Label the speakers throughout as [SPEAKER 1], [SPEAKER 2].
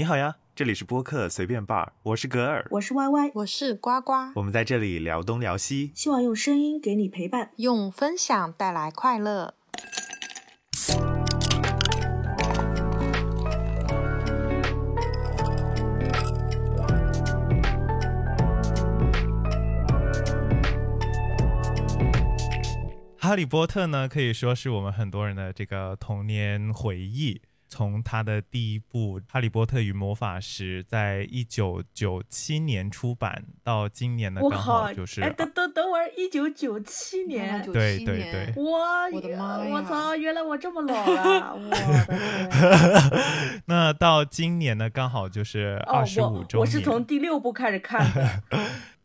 [SPEAKER 1] 你好呀，这里是播客随便 bar，我是格尔，
[SPEAKER 2] 我是 Y Y，
[SPEAKER 3] 我是呱呱，
[SPEAKER 1] 我们在这里聊东聊西，
[SPEAKER 2] 希望用声音给你陪伴。
[SPEAKER 3] 用分享带来快乐。
[SPEAKER 4] 哈利波特呢，可以说是我们很多人的这个童年回忆。从他的第一部《哈利波特与魔法石》在一九九七年出版到今年呢，
[SPEAKER 5] 我
[SPEAKER 4] 刚好就是
[SPEAKER 5] 哎，等等等会儿，一九九七年，
[SPEAKER 4] 对对对，
[SPEAKER 5] 我
[SPEAKER 3] 我的妈呀
[SPEAKER 5] 我操，原来我这么老 了，我的 天！ 哦
[SPEAKER 4] 那到今年呢，刚好就是
[SPEAKER 5] 哦
[SPEAKER 4] 二十五，
[SPEAKER 5] 我
[SPEAKER 4] 周
[SPEAKER 5] 我是从
[SPEAKER 4] 年。
[SPEAKER 5] 第六部开始看 的，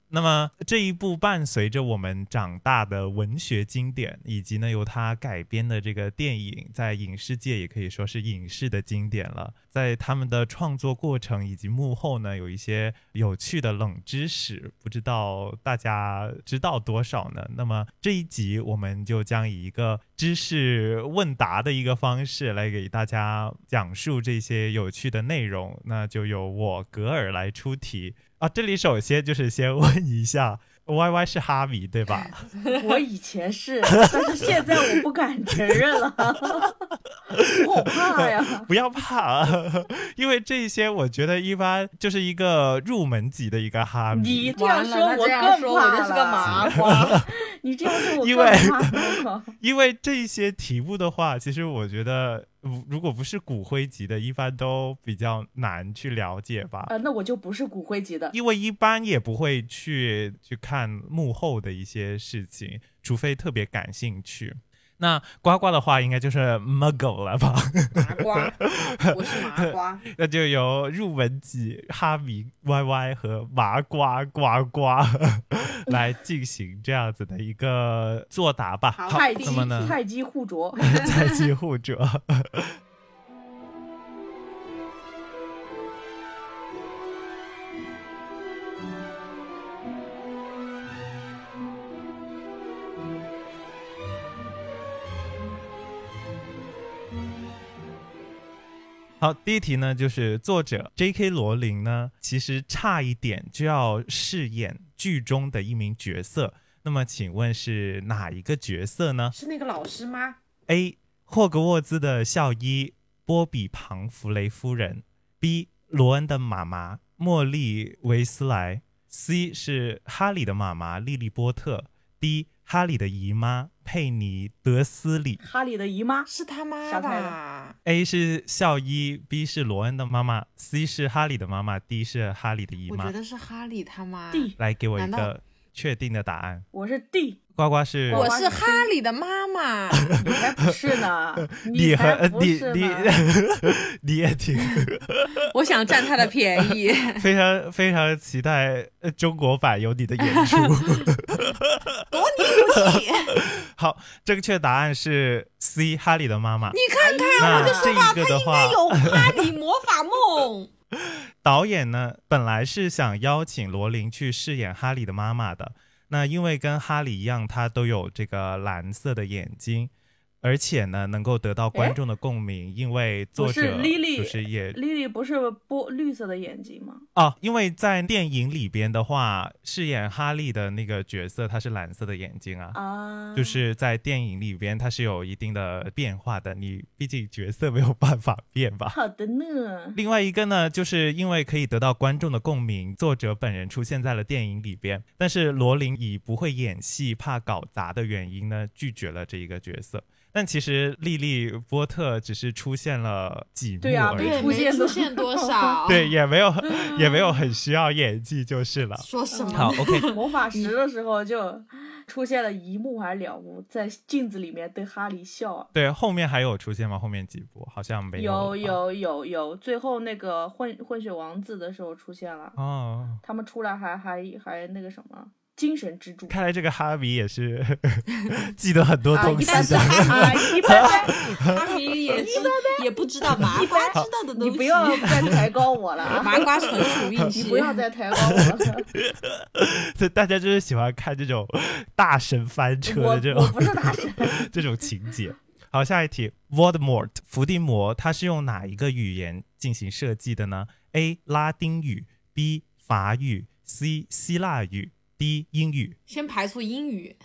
[SPEAKER 4] 那么这一部伴随着我们长大的文学经典，以及呢由它改编的这个电影，在影视界也可以说是影视的经典了。在他们的创作过程以及幕后呢，有一些有趣的冷知识，不知道大家知道多少呢？那么这一集我们就将以一个知识问答的一个方式来给大家讲述这些有趣的内容。那就由我格尔来出题啊。这里首先就是先问一下，Y Y 是哈迷对吧？
[SPEAKER 5] 我以前是，但是现在我不敢承认了，我好怕呀。
[SPEAKER 4] 不要怕、 啊，因为这些我觉得一般就是一个入门级的一个哈迷。
[SPEAKER 5] 你 这样
[SPEAKER 3] 完
[SPEAKER 5] 说
[SPEAKER 3] 了，他
[SPEAKER 5] 我
[SPEAKER 3] 这
[SPEAKER 5] 更
[SPEAKER 3] 样说
[SPEAKER 5] 怕
[SPEAKER 3] 我就是个
[SPEAKER 5] 了
[SPEAKER 3] 麻瓜。
[SPEAKER 5] 你这样说我
[SPEAKER 4] 因
[SPEAKER 5] 更
[SPEAKER 4] 为
[SPEAKER 5] 怕了。
[SPEAKER 4] 因为这些题目的话，其实我觉得，如如果不是骨灰级的，一般都比较难去了解吧。
[SPEAKER 5] 呃，那我就不是骨灰级的，
[SPEAKER 4] 因为一般也不会去去看幕后的一些事情，除非特别感兴趣。那呱呱的话，应该就是 muggle 了吧？
[SPEAKER 3] 麻 瓜，我是麻瓜，
[SPEAKER 4] 那就由入门级哈迷 YY 和麻瓜呱 呱来进行这样子的一个作答吧。
[SPEAKER 3] 好
[SPEAKER 4] 好，
[SPEAKER 5] 菜鸡
[SPEAKER 4] 那么呢？
[SPEAKER 5] 菜鸡互啄。
[SPEAKER 4] 菜鸡互啄。好，第一题呢，就是作者 J.K. 罗琳呢，其实差一点就要饰演剧中的一名角色。那么，请问是哪一个角色呢？
[SPEAKER 3] 是那个老师吗？
[SPEAKER 4] A. 霍格沃兹的校医波比·庞弗雷夫人；B. 罗恩的妈妈莫莉·维斯莱；C. 是哈利的妈妈莉莉波特；D. 哈利的姨妈佩妮·德斯里。
[SPEAKER 5] 哈利的姨妈，
[SPEAKER 3] 是他妈
[SPEAKER 5] 小菜
[SPEAKER 3] 吧？
[SPEAKER 4] A 是校医，B 是罗恩的妈妈，C 是哈利的妈妈，D 是哈利的姨
[SPEAKER 3] 我觉
[SPEAKER 4] 妈。
[SPEAKER 3] 得是哈利他妈。
[SPEAKER 5] D
[SPEAKER 4] 来给我一
[SPEAKER 3] 难道
[SPEAKER 4] 个确定的答案。
[SPEAKER 5] 我是 D，
[SPEAKER 4] 呱呱是
[SPEAKER 3] 我是哈利的 妈妈，
[SPEAKER 5] 你才不是呢，
[SPEAKER 4] 你和
[SPEAKER 5] 才
[SPEAKER 4] 呃
[SPEAKER 5] 不
[SPEAKER 4] 你
[SPEAKER 5] 是
[SPEAKER 4] 你
[SPEAKER 5] 呢。
[SPEAKER 4] 你 你也挺。
[SPEAKER 3] 我想占他的便 宜。
[SPEAKER 4] 非常非常期待呃中国版有你的演出。好，正确答案是 C，哈利的妈妈。
[SPEAKER 3] 你看看，
[SPEAKER 4] 那
[SPEAKER 5] 我就
[SPEAKER 4] 这
[SPEAKER 5] 说
[SPEAKER 4] 一个的话，
[SPEAKER 3] 有哈利魔法 梦。
[SPEAKER 4] 导演呢本来是想邀请罗琳去饰演哈利的妈妈的，那因为跟哈利一样，她都有这个蓝色的眼睛。而且呢，能够得到观众的共鸣，因为作
[SPEAKER 5] 哎不是
[SPEAKER 4] 者
[SPEAKER 5] ，Lily
[SPEAKER 4] 就是也
[SPEAKER 5] 莉莉不是波绿色的眼睛吗？
[SPEAKER 4] 哦，因为在电影里边的话，饰演哈利的那个角色，他是蓝色的眼睛啊，
[SPEAKER 5] 啊，
[SPEAKER 4] 就是在电影里边它是有一定的变化的，你毕竟角色没有办法变吧。
[SPEAKER 5] 好的呢。
[SPEAKER 4] 另外一个呢，就是因为可以得到观众的共鸣，作者本人出现在了电影里边，但是罗琳以不会演戏、怕搞砸的原因呢，拒绝了这一个角色。但其实莉莉波特只是出现了几幕
[SPEAKER 5] 对啊
[SPEAKER 4] 而
[SPEAKER 5] 没嗯
[SPEAKER 4] 已，
[SPEAKER 3] 对，
[SPEAKER 5] 出
[SPEAKER 3] 没
[SPEAKER 5] 现
[SPEAKER 3] 出
[SPEAKER 5] 多
[SPEAKER 3] 现多少？
[SPEAKER 4] 对，也没有 也没有很需要演技就是了。
[SPEAKER 3] 说什么
[SPEAKER 4] 好
[SPEAKER 3] 呢？
[SPEAKER 4] ，OK，
[SPEAKER 5] 嗯 魔法石的时候就出现了一幕还是两幕，在镜子里面对哈利笑。啊
[SPEAKER 4] 对，后面还有出现吗？后面几部好像没有
[SPEAKER 5] 有
[SPEAKER 4] 了吧
[SPEAKER 5] 有有有，最后那个混混血王子的时候出现了，
[SPEAKER 4] 哦。
[SPEAKER 5] 他们出来还还还那个什么精神支柱。
[SPEAKER 4] 看来这个哈比也是 记得很多
[SPEAKER 5] 啊，
[SPEAKER 4] 东
[SPEAKER 5] 一
[SPEAKER 4] 西
[SPEAKER 5] 般是
[SPEAKER 4] 的。
[SPEAKER 5] 哈利，一般 是
[SPEAKER 3] 哈利也知也不知道麻瓜知道的东西。
[SPEAKER 5] 你不要再抬高我了啊！
[SPEAKER 3] 麻瓜纯 属运气。
[SPEAKER 5] 你不要再抬高我了。
[SPEAKER 4] 大家就是喜欢看这种大神翻车的这
[SPEAKER 5] 我我不是
[SPEAKER 4] 种
[SPEAKER 5] 大神，
[SPEAKER 4] 这种情节。好，下一题，Voldemort 伏地魔，它是用哪一个语言进行设计的呢 A 拉丁语，B 法语，C 希腊语，D 英 语。
[SPEAKER 3] 先排除英 语，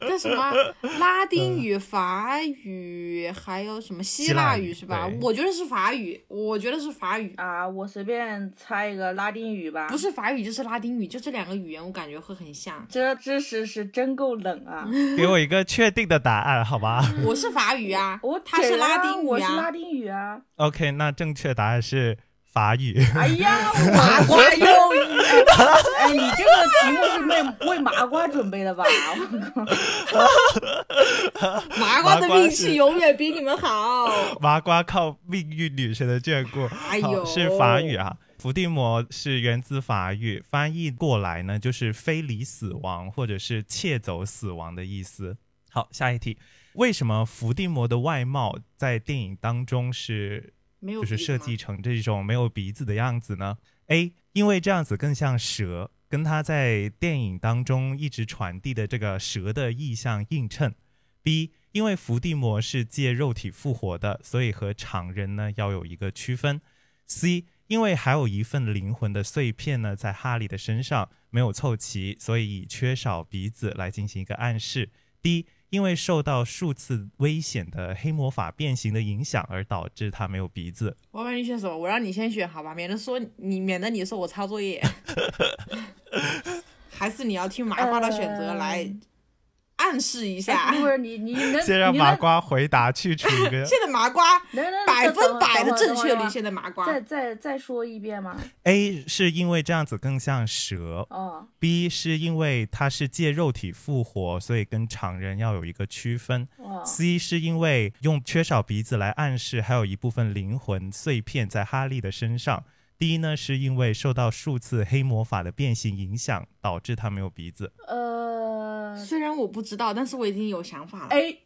[SPEAKER 3] 叫什么拉丁语、法语，还有什么希腊
[SPEAKER 4] 希腊语
[SPEAKER 3] 语是吧
[SPEAKER 4] 对？
[SPEAKER 3] 我觉得是法语，我觉得是法语，
[SPEAKER 5] 啊，我随便猜一个拉丁语吧。
[SPEAKER 3] 不，是法语就是拉丁语，就这两个语言，我感觉会很像。
[SPEAKER 5] 这知识是真够冷啊！
[SPEAKER 3] 嗯
[SPEAKER 4] 给我一个确定的答案，好吧
[SPEAKER 3] 我是法语啊，
[SPEAKER 5] 我
[SPEAKER 3] 他是
[SPEAKER 5] 给
[SPEAKER 3] 拉
[SPEAKER 5] 啊
[SPEAKER 3] 丁
[SPEAKER 5] 我
[SPEAKER 3] 语
[SPEAKER 5] 是拉
[SPEAKER 3] 啊，
[SPEAKER 5] 丁语啊！
[SPEAKER 4] ？OK，那正确答案是法语。
[SPEAKER 5] 哎呀， 麻瓜又一哎，哎你这个题目是为为麻瓜准备的吧？
[SPEAKER 3] 麻瓜的
[SPEAKER 4] 麻瓜
[SPEAKER 3] 运
[SPEAKER 4] 是
[SPEAKER 3] 气永远比你们好。
[SPEAKER 4] 麻瓜靠命运女神的眷顾，
[SPEAKER 3] 哎
[SPEAKER 4] 好
[SPEAKER 3] 呦
[SPEAKER 4] 是法语啊。伏地魔是源自法语，翻译过来呢就是非礼死亡或者是窃走死亡的意思。好，下一题，为什么伏地魔的外貌在电影当中是
[SPEAKER 3] 没有
[SPEAKER 4] 就是
[SPEAKER 3] 鼻子吗
[SPEAKER 4] 设计成这种没有鼻子的样子呢？A，因为这样子更像蛇，跟他在电影当中一直传递的这个蛇的意象映衬。B，因为伏地魔是借肉体复活的，所以和常人呢要有一个区分。C，因为还有一份灵魂的碎片呢在哈利的身上没有凑齐，所以以缺少鼻子来进行一个暗示。D，因为受到数次危险的黑魔法变形的影响而导致他没有鼻子。
[SPEAKER 3] 我问你选什么？我让你先选好吧，免得说你，免得你说我抄作业。 还是你要听麻瓜的选择
[SPEAKER 5] 呃
[SPEAKER 3] 来暗示一下。
[SPEAKER 5] 不是你你能
[SPEAKER 4] 先让
[SPEAKER 5] 你
[SPEAKER 4] 麻
[SPEAKER 5] 能
[SPEAKER 4] 瓜回答，去除一个
[SPEAKER 3] 现在麻瓜
[SPEAKER 5] 能能
[SPEAKER 3] 百
[SPEAKER 5] 等
[SPEAKER 3] 分
[SPEAKER 5] 会儿
[SPEAKER 3] 百的
[SPEAKER 5] 等会儿
[SPEAKER 3] 正
[SPEAKER 5] 等会
[SPEAKER 3] 确
[SPEAKER 5] 儿啊
[SPEAKER 3] 率，现在麻瓜
[SPEAKER 5] 再再再说一遍吗？
[SPEAKER 4] A 是因为这样子更像蛇
[SPEAKER 5] 哦，
[SPEAKER 4] ，B 是因为它是借肉体复活，所以跟常人要有一个区分。
[SPEAKER 5] 哦
[SPEAKER 4] C 是因为用缺少鼻子来暗示，还有一部分灵魂碎片在哈利的身上。D 呢是因为受到数次黑魔法的变形影响，导致他没有鼻子。
[SPEAKER 5] 呃
[SPEAKER 3] 虽然我不知道，但是我已经有想法了。
[SPEAKER 5] ，A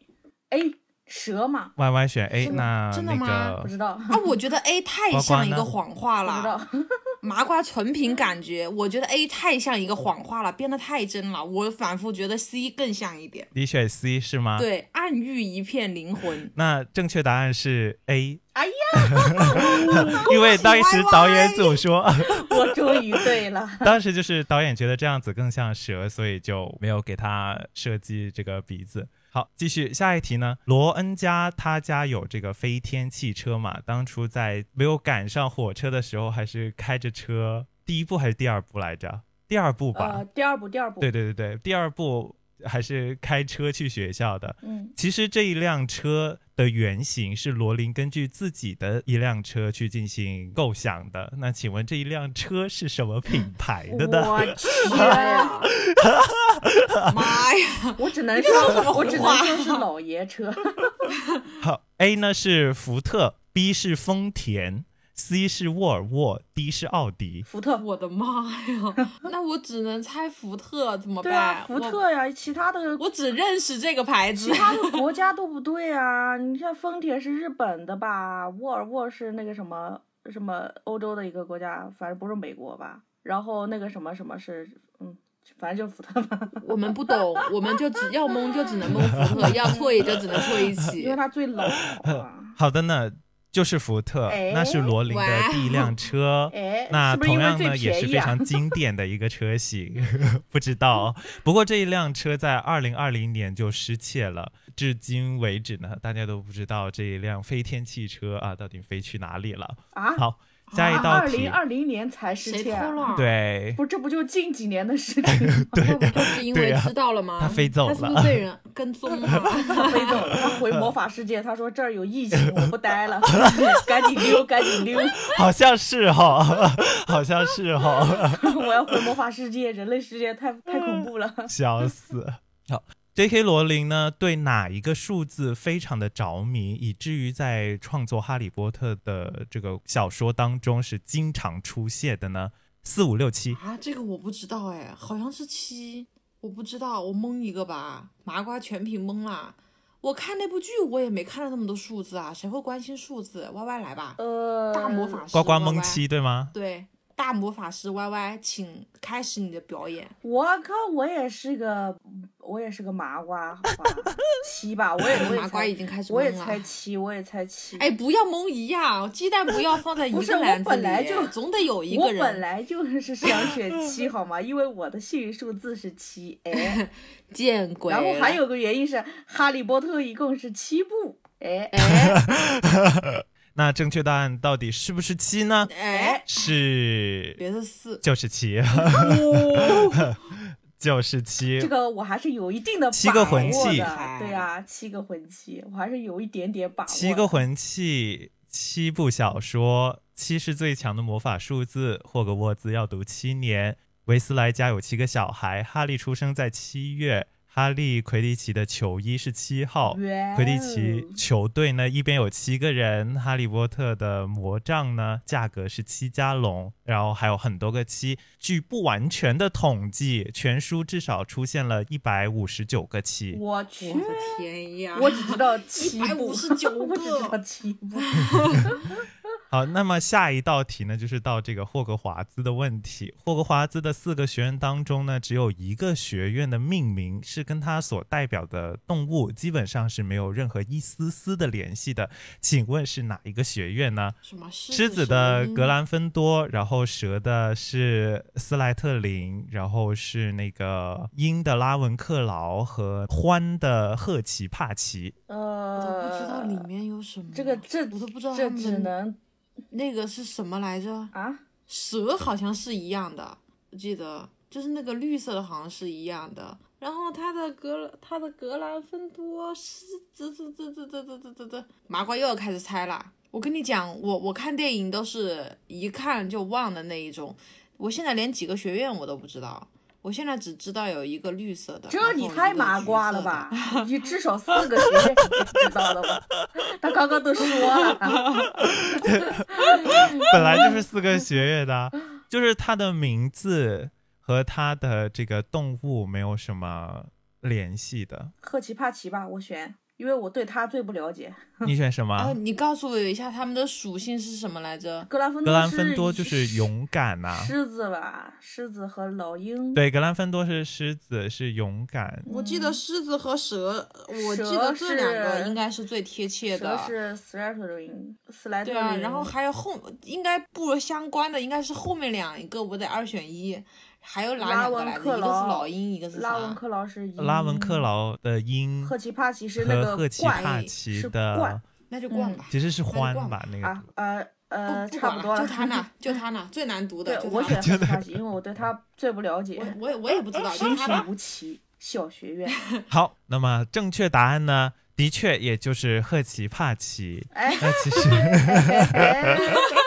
[SPEAKER 5] A 蛇嘛，
[SPEAKER 4] Y Y 选 A，
[SPEAKER 3] 真的
[SPEAKER 4] 那
[SPEAKER 3] 真的
[SPEAKER 4] 那
[SPEAKER 3] 吗
[SPEAKER 5] 不
[SPEAKER 4] 个
[SPEAKER 5] 知道，
[SPEAKER 3] 啊，我觉得 A 太
[SPEAKER 4] 呱呱
[SPEAKER 3] 像一
[SPEAKER 4] 呢
[SPEAKER 3] 个谎话
[SPEAKER 5] 不知
[SPEAKER 3] 了。
[SPEAKER 5] 道，
[SPEAKER 3] 麻瓜纯凭感觉，我觉得 A 太像一个谎话了，编得太真了。我反复觉得 C 更像一点，
[SPEAKER 4] 你选 C 是吗？。
[SPEAKER 3] 对，暗喻一片灵魂。
[SPEAKER 4] 那正确答案是 A，
[SPEAKER 5] 哎呀，
[SPEAKER 4] 因为当时导演组 说，
[SPEAKER 5] 我终于对了。
[SPEAKER 4] 当时就是导演觉得这样子更像蛇，所以就没有给他设计这个鼻子。好，继续下一题呢。罗恩家他家有这个飞天汽车嘛？当初在没有赶上火车的时候，还是开着车。第一部还是第二部来着？第二部吧。
[SPEAKER 5] 呃，第二步，第二步，
[SPEAKER 4] 对，对对对，第二部还是开车去学校的。
[SPEAKER 5] 嗯，
[SPEAKER 4] 其实这一辆车的原型是罗琳根据自己的一辆车去进行构想的。那请问这一辆车是什么品牌的呢？
[SPEAKER 5] 我去，
[SPEAKER 3] 哎呀，妈呀！
[SPEAKER 5] 我只能
[SPEAKER 3] 这是什么
[SPEAKER 5] 说，我只能
[SPEAKER 3] 话啊
[SPEAKER 5] 说是老爷 车，
[SPEAKER 4] 好，A 呢是福特，B 是丰田，C 是沃尔沃，D 是奥迪。
[SPEAKER 5] 福特。
[SPEAKER 3] 我的妈呀！那我只能猜福特，怎么
[SPEAKER 5] 对
[SPEAKER 3] 办？
[SPEAKER 5] 啊，福
[SPEAKER 3] 我
[SPEAKER 5] 特呀，其他的
[SPEAKER 3] 我只认识这个牌子
[SPEAKER 5] 其。他的国家都不对啊。你看丰田是日本的吧，沃尔沃是那个什么什么欧洲的一个国家，反正不是美国吧。然后那个什么什么是，嗯，反正就是福特吧，
[SPEAKER 3] 我们不懂，我们就只要蒙就只能蒙福特，要错也就只能错一
[SPEAKER 5] 因
[SPEAKER 3] 起
[SPEAKER 5] 为。它最 老啊。
[SPEAKER 4] 好的呢，就是福特，
[SPEAKER 5] 哎
[SPEAKER 4] 那是罗琳的第一辆车。
[SPEAKER 5] 哎，
[SPEAKER 4] 那
[SPEAKER 5] 是不是因
[SPEAKER 4] 同
[SPEAKER 5] 为
[SPEAKER 4] 样
[SPEAKER 5] 最
[SPEAKER 4] 呢，也
[SPEAKER 5] 便
[SPEAKER 4] 是
[SPEAKER 5] 宜
[SPEAKER 4] 非
[SPEAKER 5] 啊？
[SPEAKER 4] 常经典的一个车型， 不知道。不过这一辆车在二零二零年就失窃了，至今为止呢，大家都不知道这一辆飞天汽车啊到底飞去哪里了。
[SPEAKER 5] 啊，
[SPEAKER 4] 好，下一道
[SPEAKER 5] 二
[SPEAKER 4] 题，
[SPEAKER 5] 零二零年才失
[SPEAKER 3] 谁
[SPEAKER 5] 窃
[SPEAKER 3] 偷
[SPEAKER 5] 啊，
[SPEAKER 3] 了？，
[SPEAKER 4] 对，
[SPEAKER 5] 不，这不就近几年的事 情吗？
[SPEAKER 3] 会不会就是因
[SPEAKER 4] 对
[SPEAKER 3] 为
[SPEAKER 4] 啊
[SPEAKER 3] 知道了吗？
[SPEAKER 4] 他飞走了
[SPEAKER 3] 他是不是被人跟踪了？
[SPEAKER 5] 飞走了，他回魔法世界，他说这儿有疫情，我不待 了，赶紧溜，赶紧溜，
[SPEAKER 4] 好像是哈、 好像是哈、
[SPEAKER 5] 我要回魔法世界，人类世界太太恐怖了。
[SPEAKER 4] 笑死。 好，J.K. 罗琳呢，对哪一个数字非常的着迷，以至于在创作《哈利波特》的这个小说当中是经常出现的呢？四五六七，
[SPEAKER 3] 啊，这个我不知道哎，好像是七，我不知道，我蒙一个吧。麻瓜全屏蒙啦。我看那部剧，我也没看到那么多数字啊，谁会关心数字？Y Y 来吧，
[SPEAKER 5] 呃，
[SPEAKER 3] 大魔法师
[SPEAKER 4] 呱呱
[SPEAKER 3] 歪
[SPEAKER 4] 蒙
[SPEAKER 3] 歪
[SPEAKER 4] 七，对吗？
[SPEAKER 3] 对，大魔法师 Y Y，请开始你的表演。
[SPEAKER 5] 我靠，我也是个，我也是个麻瓜，好吧，七吧， 我也我也
[SPEAKER 3] 麻瓜
[SPEAKER 5] 才
[SPEAKER 3] 已经开始
[SPEAKER 5] 我也
[SPEAKER 3] 懵了
[SPEAKER 5] 才七，我也才七。
[SPEAKER 3] 哎，不要蒙一样，鸡蛋不要放在一
[SPEAKER 5] 不是
[SPEAKER 3] 个篮
[SPEAKER 5] 我
[SPEAKER 3] 子
[SPEAKER 5] 本
[SPEAKER 3] 里，
[SPEAKER 5] 来就
[SPEAKER 3] 总得有一
[SPEAKER 5] 我
[SPEAKER 3] 个
[SPEAKER 5] 本
[SPEAKER 3] 人。
[SPEAKER 5] 来就是想选七，好吗？因 为我的幸运数字是七，哎，
[SPEAKER 3] 见 鬼了！
[SPEAKER 5] 然后还有个原因是《哈利波特》一共是七部，哎，
[SPEAKER 3] 哎
[SPEAKER 4] 那正确答案到底是不是七呢？
[SPEAKER 3] 哎，
[SPEAKER 4] 是，
[SPEAKER 3] 别 的四，
[SPEAKER 4] 就是七， 就是七
[SPEAKER 5] 这。个我还是有一定的
[SPEAKER 4] 七个
[SPEAKER 5] 把握
[SPEAKER 4] 魂器
[SPEAKER 5] 的对啊，七个魂器，我还是有一点点把握的。
[SPEAKER 4] 七个魂器，七部小说，七是最强的魔法数字。霍格沃兹要读七年，维斯莱家有七个小孩，哈利出生在七月。哈利魁地奇的球衣是七号，
[SPEAKER 5] 哇哦
[SPEAKER 4] 魁地奇球队呢一边有七个人，哈利波特的魔杖呢价格是七加龙，然后还有很多个七。据不完全的统计，全书至少出现了一百五十九个七。
[SPEAKER 5] 我去
[SPEAKER 3] 我，的天呀！
[SPEAKER 5] 我只知 道七部，
[SPEAKER 3] 159
[SPEAKER 5] 我只知道七 部。
[SPEAKER 4] 好，那么下一道题呢，就是到这个霍格华兹的问题。霍格华兹的四个学院当中呢，只有一个学院的命名是跟它所代表的动物基本上是没有任何一丝丝的联系的。请问是哪一个学院呢？
[SPEAKER 3] 什么狮
[SPEAKER 4] 狮子
[SPEAKER 3] 子
[SPEAKER 4] 的
[SPEAKER 3] 声音
[SPEAKER 4] 格兰芬多，然后蛇的是斯莱特林，然后是那个鹰的拉文克劳和獾的赫奇帕奇。
[SPEAKER 3] 我都不知道里
[SPEAKER 5] 呃，
[SPEAKER 3] 面有什么。
[SPEAKER 5] 这个这
[SPEAKER 3] 我都不知道
[SPEAKER 5] 这
[SPEAKER 3] 他们
[SPEAKER 5] 只能
[SPEAKER 3] 那个是什么来着？
[SPEAKER 5] 啊，
[SPEAKER 3] 蛇好像是一样的，我记得就是那个绿色的，好像是一样的。然后它的格它的格兰芬多狮子，这这这这这这这这麻瓜又要开始猜啦！我跟你讲，我我看电影都是一看就忘的那一种，我现在连几个学院我都不知道，我现在只知道有一个绿色的。
[SPEAKER 5] 这你
[SPEAKER 3] 然后
[SPEAKER 5] 太
[SPEAKER 3] 一个
[SPEAKER 5] 麻
[SPEAKER 3] 橘
[SPEAKER 5] 瓜了
[SPEAKER 3] 色的
[SPEAKER 5] 吧？你至少四个学院你知道了吧？ 他刚刚都说了，啊
[SPEAKER 4] 本来就是四个学院的啊，就是它的名字和它的这个动物没有什么联系 的。
[SPEAKER 5] 赫奇帕奇吧，我选，因为我对他最不了解。
[SPEAKER 4] 你选什
[SPEAKER 3] 哦，
[SPEAKER 4] 么？
[SPEAKER 3] 你告诉我一下它们的属性是什么来着？
[SPEAKER 5] 格兰芬
[SPEAKER 4] 格兰
[SPEAKER 5] 是
[SPEAKER 4] 芬多就是勇敢呐、
[SPEAKER 5] 狮子吧，狮子和老鹰。
[SPEAKER 4] 对，格兰芬多是狮子，是勇敢。
[SPEAKER 3] 我记得狮子和蛇，我记
[SPEAKER 5] 蛇
[SPEAKER 3] 得这两个
[SPEAKER 5] 是
[SPEAKER 3] 应该是最贴切的。
[SPEAKER 5] 蛇是斯莱特林，斯莱特
[SPEAKER 3] 对
[SPEAKER 5] 林。
[SPEAKER 3] 啊，然后还有后应该不相关的，应该是后面两个，我得二选一。还有哪
[SPEAKER 5] 拉
[SPEAKER 3] 两个
[SPEAKER 5] 文
[SPEAKER 3] 来着？
[SPEAKER 5] 克
[SPEAKER 3] 一个是
[SPEAKER 5] 劳，
[SPEAKER 3] 老鹰，一个是啥？
[SPEAKER 5] 拉文克劳是鹰
[SPEAKER 4] 拉文克，劳的鹰
[SPEAKER 5] 嗯赫奇帕奇是那
[SPEAKER 4] 和
[SPEAKER 5] 个
[SPEAKER 4] 赫奇
[SPEAKER 5] 怪
[SPEAKER 4] 帕奇
[SPEAKER 5] 是怪
[SPEAKER 4] 的，
[SPEAKER 3] 那就逛
[SPEAKER 5] 嗯
[SPEAKER 3] 吧。
[SPEAKER 4] 其实是獾
[SPEAKER 3] 那就
[SPEAKER 4] 吧？那个
[SPEAKER 5] 啊呃呃，
[SPEAKER 3] 不哦不
[SPEAKER 5] 差
[SPEAKER 3] 管
[SPEAKER 5] 不多
[SPEAKER 3] 就他那，就他那最难读的，
[SPEAKER 5] 对
[SPEAKER 3] 就，
[SPEAKER 5] 我
[SPEAKER 3] 他
[SPEAKER 5] 选
[SPEAKER 3] 那。
[SPEAKER 5] 赫奇帕奇，因为我对他最不了解
[SPEAKER 3] 我。我也我也不知道，就
[SPEAKER 5] 平
[SPEAKER 3] 他
[SPEAKER 5] 平
[SPEAKER 3] 那。
[SPEAKER 5] 无奇，小学院。
[SPEAKER 4] 好，那么正确答案呢？的确，也就是赫奇帕奇。
[SPEAKER 5] 哎，
[SPEAKER 4] 那其实。
[SPEAKER 5] 哎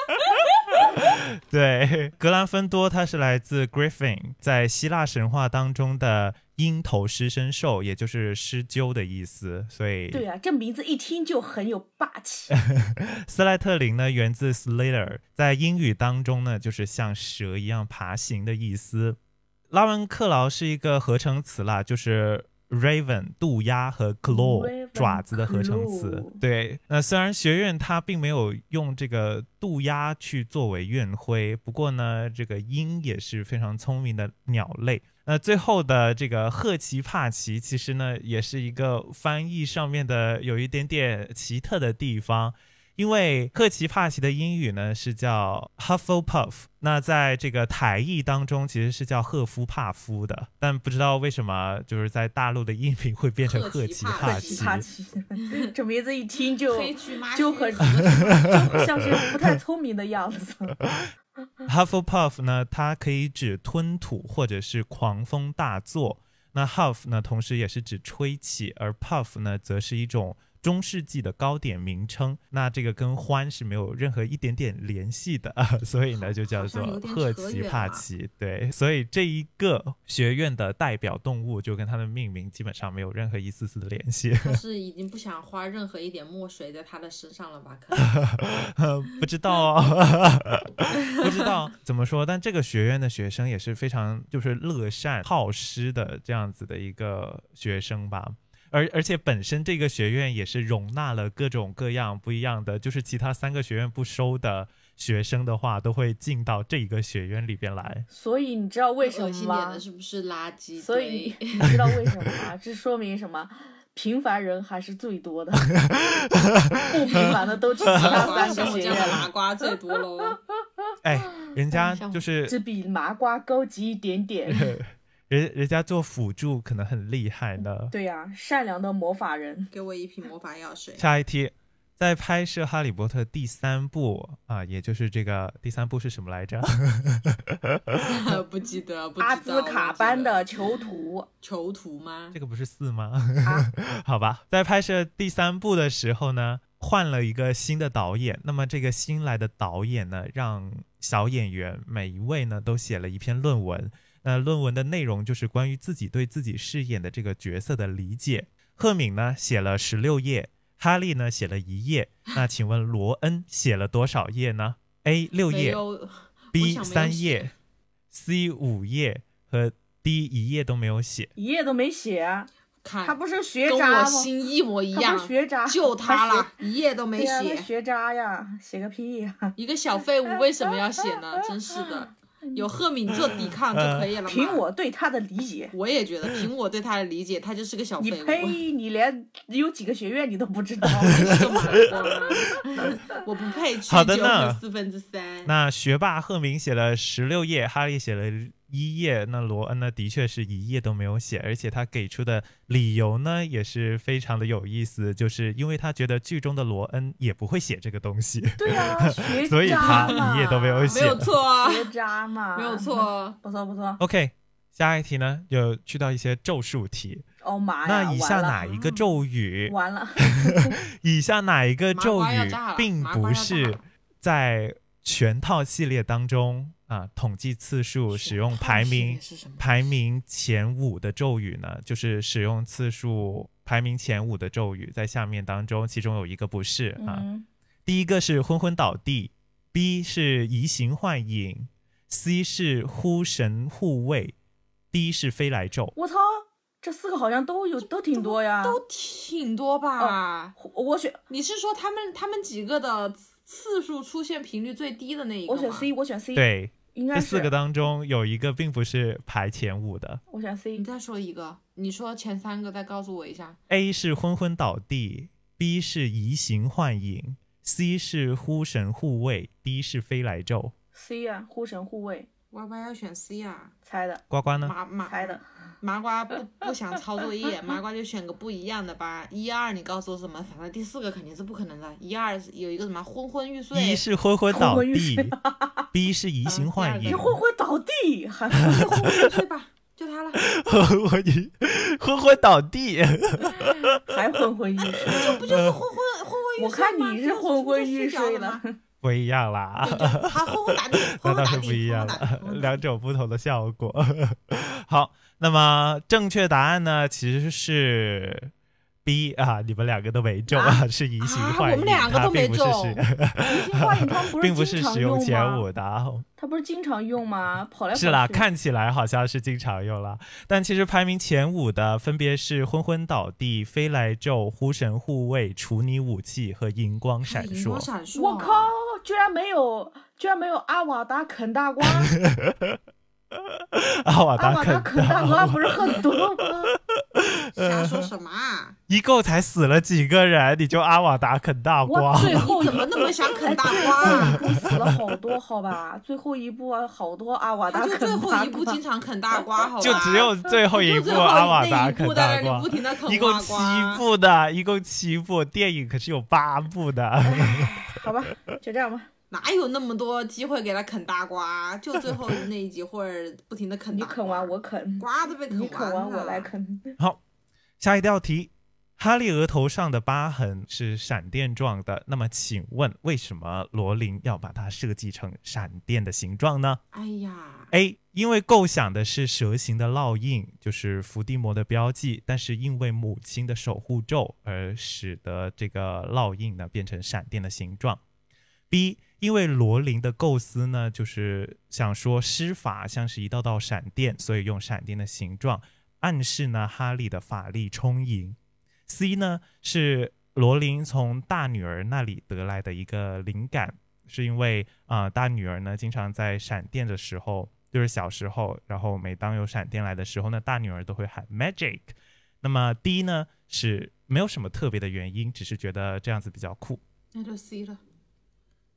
[SPEAKER 4] 对，格兰芬多它是来自 Griffin，在希腊神话当中的鹰头狮身兽，也就是狮鹫的意思。所以，
[SPEAKER 5] 对啊，这名字一听就很有霸气。
[SPEAKER 4] 斯莱特林呢源自 Slater，在英语当中呢就是像蛇一样爬行的意思。拉文克劳是一个合成词啦，就是 raven 渡鸦和 claw
[SPEAKER 5] Raven
[SPEAKER 4] 爪子的合成词
[SPEAKER 5] claw。
[SPEAKER 4] 对，那虽然学院它并没有用这个渡鸦去作为院徽，不过呢，这个鹰也是非常聪明的鸟类。那最后的这个赫奇帕奇，其实呢也是一个翻译上面的有一点点奇特的地方。因为赫奇帕奇的英语呢是叫 Hufflepuff，那在这个台译当中其实是叫赫夫帕夫的，但不知道为什么就是在大陆的译名会变成赫
[SPEAKER 3] 赫
[SPEAKER 4] 奇
[SPEAKER 3] 奇
[SPEAKER 4] 帕
[SPEAKER 3] 帕
[SPEAKER 5] 赫奇帕
[SPEAKER 4] 奇。
[SPEAKER 5] 奇， 这名字一听就
[SPEAKER 3] 黑巨妈
[SPEAKER 5] 就很
[SPEAKER 3] 是
[SPEAKER 5] 就像是不太聪明的样子。
[SPEAKER 4] Hufflepuff 呢，它可以指吞吐或者是狂风大作。那 huff 呢，同时也是指吹起，而 puff 呢，则是一种中世纪的糕点名称。那这个跟欢是没有任何一点点联系的， 所以呢，就叫做
[SPEAKER 3] 好像有点
[SPEAKER 4] 赫
[SPEAKER 3] 扯
[SPEAKER 4] 奇
[SPEAKER 3] 远
[SPEAKER 4] 帕
[SPEAKER 3] 了
[SPEAKER 4] 奇。对，所以这一个学院的代表动物就跟它的命名基本上没有任何一丝丝的联系。
[SPEAKER 3] 他是已经不想花任何一点墨水在他的身上了吧？可 能
[SPEAKER 4] 不知道、哦，不知道怎么说。但这个学院的学生也是非常就是乐善好施的这样子的一个学生吧。而而且本身这个学院也是容纳了各种各样不一样的，就是其他三个学院不收的学生的话，都会进到这一个学院里边 来。
[SPEAKER 5] 所以你知道为什
[SPEAKER 3] 恶
[SPEAKER 5] 么
[SPEAKER 3] 心点
[SPEAKER 5] 吗
[SPEAKER 3] 的？是不是垃圾？
[SPEAKER 5] 嗯所以
[SPEAKER 3] 对
[SPEAKER 5] 你你知道为什么吗？这说明什么？平凡人还是最多的，不平凡的 都去其他
[SPEAKER 3] 麻瓜
[SPEAKER 5] 三个
[SPEAKER 3] 像我
[SPEAKER 5] 学
[SPEAKER 3] 这
[SPEAKER 5] 院
[SPEAKER 3] 样的 麻
[SPEAKER 5] 了，
[SPEAKER 3] 瓜最多喽。
[SPEAKER 4] 哎，人家
[SPEAKER 3] 像
[SPEAKER 4] 就是
[SPEAKER 5] 这比麻瓜高级一点点。
[SPEAKER 4] 人人家做辅助可能很厉害呢。
[SPEAKER 5] 对呀、善良的魔法人。
[SPEAKER 3] 给我一瓶魔法药水。
[SPEAKER 4] 下一题，在拍摄《哈利波特》第三部啊，也就是这个第三部是什么来着？
[SPEAKER 3] 不记得，不知道
[SPEAKER 5] 阿兹卡班
[SPEAKER 3] 我
[SPEAKER 5] 的囚徒
[SPEAKER 3] 记得囚徒吗
[SPEAKER 4] 这？个不是四吗？
[SPEAKER 5] 啊，
[SPEAKER 4] 好吧，在拍摄第三部的时候呢，换了一个新的导演。那么这个新来的导演呢，让小演员每一位呢都写了一篇论文。那论文的内容就是关于自己对自己饰演的这个角色的理解。赫敏呢写了十六页，哈利呢写了一页。那请问罗恩写了多少页呢？A 六
[SPEAKER 3] 没
[SPEAKER 4] 页
[SPEAKER 3] 有，哎我
[SPEAKER 4] ，B
[SPEAKER 3] 想没有
[SPEAKER 4] 三
[SPEAKER 3] 写
[SPEAKER 4] 页，C 五页和 D 一页都没有写。
[SPEAKER 5] 一页都没写啊，
[SPEAKER 3] 看
[SPEAKER 5] 他不是学
[SPEAKER 3] 哎跟
[SPEAKER 5] 渣
[SPEAKER 3] 我
[SPEAKER 5] 吗？
[SPEAKER 3] 心一模一
[SPEAKER 5] 他
[SPEAKER 3] 样
[SPEAKER 5] 不是，学渣，
[SPEAKER 3] 就他
[SPEAKER 5] 学
[SPEAKER 3] 了，一页都没
[SPEAKER 5] 对呀他
[SPEAKER 3] 写。
[SPEAKER 5] 学渣呀，写个屁呀！
[SPEAKER 3] 一个小废物为什么要写呢？真是的，有赫敏做抵抗就可以了
[SPEAKER 5] 嗯
[SPEAKER 3] 嘛。
[SPEAKER 5] 凭我对他的理解，
[SPEAKER 3] 我也觉得，凭我对他的理解，他就是个小
[SPEAKER 5] 你
[SPEAKER 3] 废物。
[SPEAKER 5] 呸！你连有几个学院你都不知道。
[SPEAKER 3] 是个麻瓜，我不配去
[SPEAKER 4] 好的
[SPEAKER 3] 九
[SPEAKER 4] 呢
[SPEAKER 3] 和四分之三。
[SPEAKER 4] 那学霸赫敏写了十六页，哈利写了一页，那罗恩呢，的确是一页都没有写，而且他给出的理由呢，也是非常的有意思，就是因为他觉得剧中的罗恩也不会写这个东西，
[SPEAKER 5] 对啊， 学
[SPEAKER 4] 所以
[SPEAKER 5] 渣
[SPEAKER 4] 他
[SPEAKER 5] 嘛，
[SPEAKER 4] 一页都没有
[SPEAKER 3] 没
[SPEAKER 4] 写。
[SPEAKER 3] 有错啊，
[SPEAKER 5] 学 渣嘛，
[SPEAKER 3] 没有错，啊。
[SPEAKER 5] 不错不错。
[SPEAKER 4] OK，下一题呢，又去到一些咒术题。
[SPEAKER 5] 哦
[SPEAKER 3] 哎
[SPEAKER 5] 妈呀，嗯
[SPEAKER 4] 那以下哪一
[SPEAKER 3] 嗯
[SPEAKER 4] 个咒语？啊
[SPEAKER 5] 完了？完了，
[SPEAKER 4] 以下哪一个咒
[SPEAKER 3] 麻瓜要
[SPEAKER 4] 语
[SPEAKER 3] 炸了
[SPEAKER 4] 并
[SPEAKER 3] 麻瓜
[SPEAKER 4] 不
[SPEAKER 3] 要炸了
[SPEAKER 4] 是在全套系列当中啊统计次数、使用排名
[SPEAKER 3] 是什么？
[SPEAKER 4] 排名前五的咒语呢，就是使用次数排名前五的咒语，在下面当中，其中有一个不是啊。
[SPEAKER 5] 嗯，
[SPEAKER 4] 第一个是昏昏倒地，B 是移形换影，C 是呼神护卫，D 是飞来咒。
[SPEAKER 5] 我操，这四个好像都有，都挺多呀。
[SPEAKER 3] 都挺多吧？
[SPEAKER 5] 我我选
[SPEAKER 3] 哦你是说他们他们几个的次数出现频率最低的那一个
[SPEAKER 5] 我
[SPEAKER 3] 吗？
[SPEAKER 5] 选 C，我选 C，，
[SPEAKER 4] 对，
[SPEAKER 5] 应该
[SPEAKER 4] 这
[SPEAKER 5] 是
[SPEAKER 4] 四个当中有一个并不是排前五的
[SPEAKER 5] 我选 C
[SPEAKER 3] 你。再说一个，你说前三个再告诉我一下。
[SPEAKER 4] ，A 是昏昏倒地，B 是移形换影，C 是呼神护卫，D 是飞来咒。
[SPEAKER 5] C 呀、护神护卫
[SPEAKER 3] Y Y 要选 C 啊，
[SPEAKER 5] 猜的
[SPEAKER 4] 呱呱呢？
[SPEAKER 3] 麻 麻
[SPEAKER 5] 猜的，
[SPEAKER 3] 麻瓜不不想抄作业，麻瓜就选个不一样的吧。一二你告诉我什么？反正第四个肯定是不可能的。一二有一个什么昏昏欲
[SPEAKER 4] 一
[SPEAKER 3] 睡，
[SPEAKER 4] ，E 是昏昏倒
[SPEAKER 5] 昏昏欲
[SPEAKER 4] 地
[SPEAKER 5] 睡
[SPEAKER 4] ，B 是移形换
[SPEAKER 3] 嗯第
[SPEAKER 5] 你
[SPEAKER 4] 影
[SPEAKER 3] 二，
[SPEAKER 5] 昏昏倒地，还
[SPEAKER 3] 就 昏昏欲睡吧，就 他了，
[SPEAKER 4] 昏昏欲昏昏倒地。
[SPEAKER 5] 还昏昏欲睡。
[SPEAKER 3] 不就是昏昏昏昏
[SPEAKER 5] 我
[SPEAKER 3] 欲睡吗？
[SPEAKER 5] 看你是昏昏欲
[SPEAKER 3] 就睡
[SPEAKER 5] 睡
[SPEAKER 3] 着吗
[SPEAKER 5] 了，
[SPEAKER 4] 不一样 啦，
[SPEAKER 3] 他昏昏打地，
[SPEAKER 4] 那
[SPEAKER 3] 昏昏
[SPEAKER 4] 倒
[SPEAKER 3] 打
[SPEAKER 4] 是
[SPEAKER 3] 地，
[SPEAKER 4] 不一样
[SPEAKER 3] 昏昏打
[SPEAKER 4] 了
[SPEAKER 3] 地，，昏昏打地
[SPEAKER 4] 两种不同的效果。好，那么正确答案呢，其实是 B 啊，你们两个都没中啊，是移形
[SPEAKER 3] 啊
[SPEAKER 4] 换影，
[SPEAKER 3] 我们两个
[SPEAKER 4] 它
[SPEAKER 3] 都没
[SPEAKER 4] 并不是
[SPEAKER 3] 中
[SPEAKER 4] 是，
[SPEAKER 5] 移形换影它不是
[SPEAKER 4] 并不
[SPEAKER 5] 经
[SPEAKER 4] 是
[SPEAKER 5] 常
[SPEAKER 4] 使用
[SPEAKER 5] 用
[SPEAKER 4] 前
[SPEAKER 5] 吗
[SPEAKER 4] 五的啊。
[SPEAKER 5] 他不是经常用吗？跑来跑去。
[SPEAKER 4] 是啦，看起来好像是经常用啦，但其实排名前五的分别是昏昏倒地、飞来咒、呼神护卫、处女武器和荧光闪
[SPEAKER 3] 荧
[SPEAKER 4] 烁。
[SPEAKER 3] 光哎闪烁，啊
[SPEAKER 5] 我靠！，居然没有，居然没有阿瓦达啃大瓜，
[SPEAKER 4] 阿瓦
[SPEAKER 5] 阿
[SPEAKER 4] 达
[SPEAKER 5] 瓦达啃大瓜不是很多吗？
[SPEAKER 4] 呃
[SPEAKER 3] 瞎说什 么啊？
[SPEAKER 4] 一共才死了几个人，你就阿瓦达啃大
[SPEAKER 5] 我
[SPEAKER 4] 瓜？
[SPEAKER 5] 最后
[SPEAKER 3] 你怎么那么想啃大瓜？啊
[SPEAKER 5] 我死了好多，好吧？最后一步啊，好多阿瓦达
[SPEAKER 3] 他就
[SPEAKER 5] 啃
[SPEAKER 3] 最
[SPEAKER 5] 大瓜。
[SPEAKER 3] 后一步经常啃大瓜，好 吧？
[SPEAKER 4] 就只有最后一
[SPEAKER 3] 就
[SPEAKER 4] 部
[SPEAKER 3] 最后
[SPEAKER 4] 阿瓦达
[SPEAKER 3] 那一
[SPEAKER 4] 啃
[SPEAKER 3] 步在
[SPEAKER 4] 大
[SPEAKER 3] 那里
[SPEAKER 4] 瓜
[SPEAKER 3] 不，停的啃
[SPEAKER 4] 一共
[SPEAKER 3] 瓜
[SPEAKER 4] 七
[SPEAKER 3] 瓜。
[SPEAKER 4] 部的，一共七部，电影可是有八部的。
[SPEAKER 5] 好吧，就这样吧。
[SPEAKER 3] 哪有那么多机会给他啃大瓜？啊就最后那一集或者不停的啃
[SPEAKER 5] 你
[SPEAKER 3] 大瓜。
[SPEAKER 5] 啃完我啃，
[SPEAKER 3] 瓜都被
[SPEAKER 5] 你
[SPEAKER 3] 啃
[SPEAKER 5] 啃
[SPEAKER 3] 完
[SPEAKER 5] 完
[SPEAKER 3] 了
[SPEAKER 5] 我来。啃。
[SPEAKER 4] 好，下一道题，哈利额头上的疤痕是闪电状的，那么请问为什么罗琳要把它设计成闪电的形状呢
[SPEAKER 3] 哎呀，
[SPEAKER 4] ？A，因为构想的是蛇形的烙印，就是伏地魔的标记，但是因为母亲的守护咒而使得这个烙印呢变成闪电的形状。B，因为罗琳的构思呢，就是想说施法像是一道道闪电，所以用闪电的形状暗示呢哈利的法力充盈。C 呢是罗琳从大女儿那里得来的一个灵感，是因为啊、呃大女儿呢经常在闪电的时候，就是小时候，然后每当有闪电来的时候呢，大女儿都会喊 magic。那么 D 呢是没有什么特别的原因，只是觉得这样子比较酷。
[SPEAKER 3] 那就 C 了。